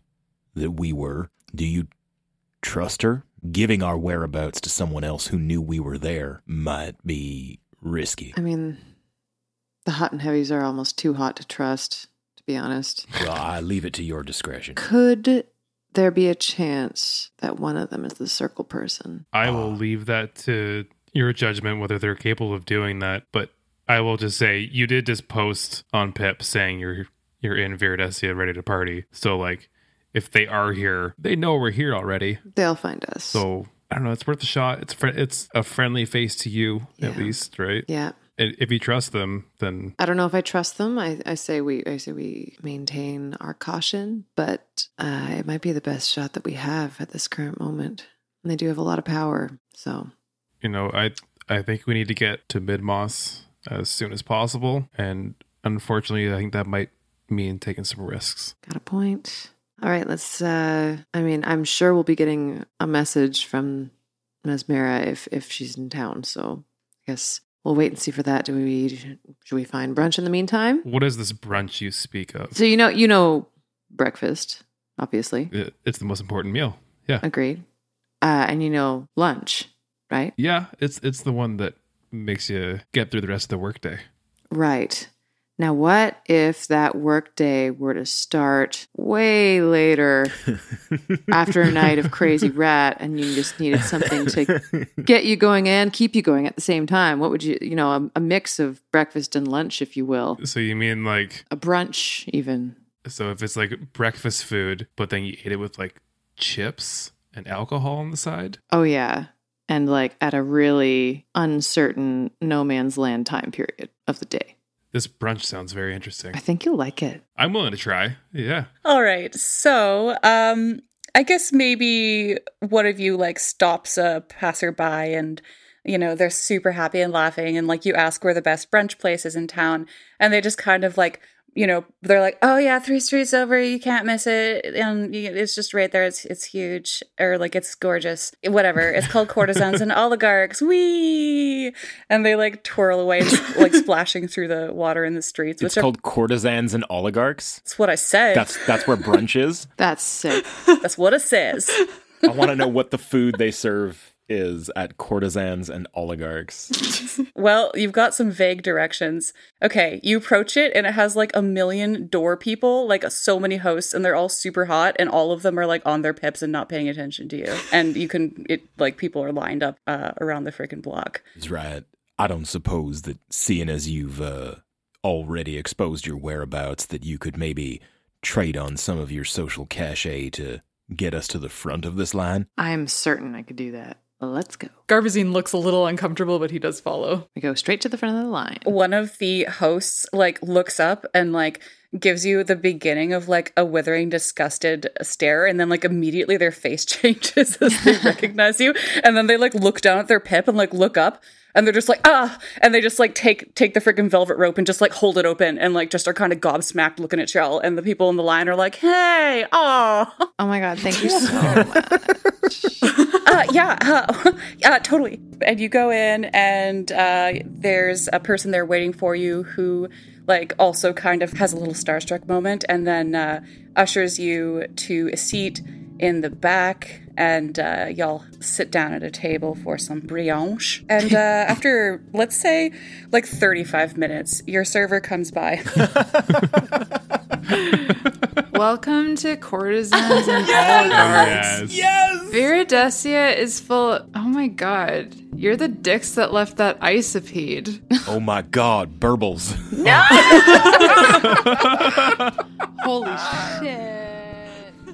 that we were. Do you trust her? Giving our whereabouts to someone else who knew we were there might be risky. I mean, The hot and heavies are almost too hot to trust, to be honest. Well, I leave it to your discretion. Could there be a chance that one of them is the circle person? I will leave that to your judgment whether they're capable of doing that, but I will just say you did just post on Pip saying you're you're in Viridesia ready to party. So like if they are here, they know we're here already. They'll find us. So I don't know. It's worth a shot. It's fr- it's a friendly face to you at least, right? Yeah. And if you trust them, then I don't know if I trust them. I, I say we I say we maintain our caution, but uh, it might be the best shot that we have at this current moment. And they do have a lot of power, so you know I I think we need to get to Mid Moss as soon as possible. And unfortunately, I think that might mean taking some risks. got a point. All right, let's. uh I mean, I'm sure we'll be getting a message from Mesmera if if she's in town. So I guess we'll wait and see for that. Do we should we find brunch in the meantime? What is this brunch you speak of? So you know you know breakfast, obviously. It- It's the most important meal. Yeah. Agreed. Uh, and you know lunch, right? Yeah, it's it's the one that makes you get through the rest of the workday. Right. Now, what if that workday were to start way later after a night of crazy rat and you just needed something to get you going and keep you going at the same time? What would you, you know, a, a mix of breakfast and lunch, if you will, So you mean like a brunch even. so if it's like breakfast food, but then you ate it with like chips and alcohol on the side? Oh, yeah. And like at a really uncertain no man's land time period of the day. This brunch sounds very interesting. I think you'll like it. I'm willing to try. Yeah. All right. So, um, I guess maybe one of you like stops a passerby and you know they're super happy and laughing and like you ask where the best brunch place is in town and they just kind of like you know they're like oh yeah three streets over you can't miss it and you- it's just right there it's it's huge or like it's gorgeous whatever it's called courtesans and oligarchs wee and they like twirl away like splashing through the water in the streets It's which called courtesans and oligarchs. That's what I said. That's that's where brunch is. That's sick. That's what it says. I want to know what the food they serve is at courtesans and oligarchs. Well, you've got some vague directions. Okay, you approach it and it has like a million door people, like so many hosts, and they're all super hot, and all of them are like on their pips and not paying attention to you. And you can, it like people are lined up uh, around the freaking block. That's right. I don't suppose that seeing as you've uh, already exposed your whereabouts, that you could maybe trade on some of your social cachet to get us to the front of this line. I am certain I could do that. Let's go. Garbazine looks a little uncomfortable, but he does follow. We go straight to the front of the line. One of the hosts like looks up and like gives you the beginning of like a withering, disgusted stare, and then like immediately their face changes as they recognize you, and then they like look down at their pip and like look up, and they're just like ah, and they just like take take the freaking velvet rope and just like hold it open and like just are kind of gobsmacked looking at y'all, and the people in the line are like hey, oh, oh my god, thank you so uh, yeah, uh, uh, totally. And you go in, and uh, there's a person there waiting for you who, like, also kind of has a little starstruck moment, and then uh, ushers you to a seat in the back, and uh, y'all sit down at a table for some brioche. And uh, after, let's say, like 35 minutes, your server comes by. Welcome to Courtesans and Yes! Oligarchs. Yes! Viridesia is full. Oh my god. You're the dicks that left that isopede. oh my God, burbles! Holy shit.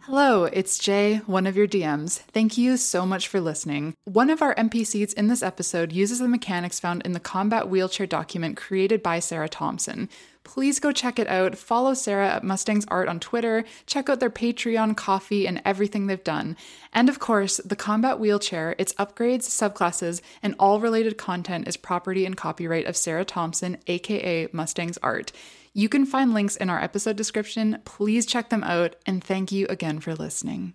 Hello, it's Jay, one of your DMs. Thank you so much for listening. One of our NPCs in this episode uses the mechanics found in the combat wheelchair document created by Sarah Thompson. Please go check it out. Follow Sarah at Mustang's Art on Twitter. Check out their Patreon, coffee, and everything they've done. And of course, the combat wheelchair, its upgrades, subclasses, and all related content is property and copyright of Sarah Thompson, aka Mustang's Art. You can find links in our episode description. Please check them out, and thank you again for listening.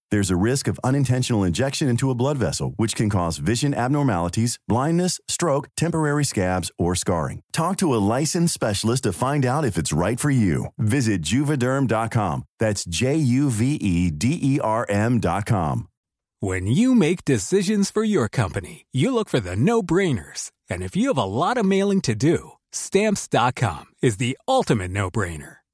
There's a risk of unintentional injection into a blood vessel, which can cause vision abnormalities, blindness, stroke, temporary scabs, or scarring. Talk to a licensed specialist to find out if it's right for you. Visit juvederm.com. That's J U V E D E R M.com. Um, When you make decisions for your company, you look for the no brainers. And if you have a lot of mailing to do, stamps.com is the ultimate no brainer.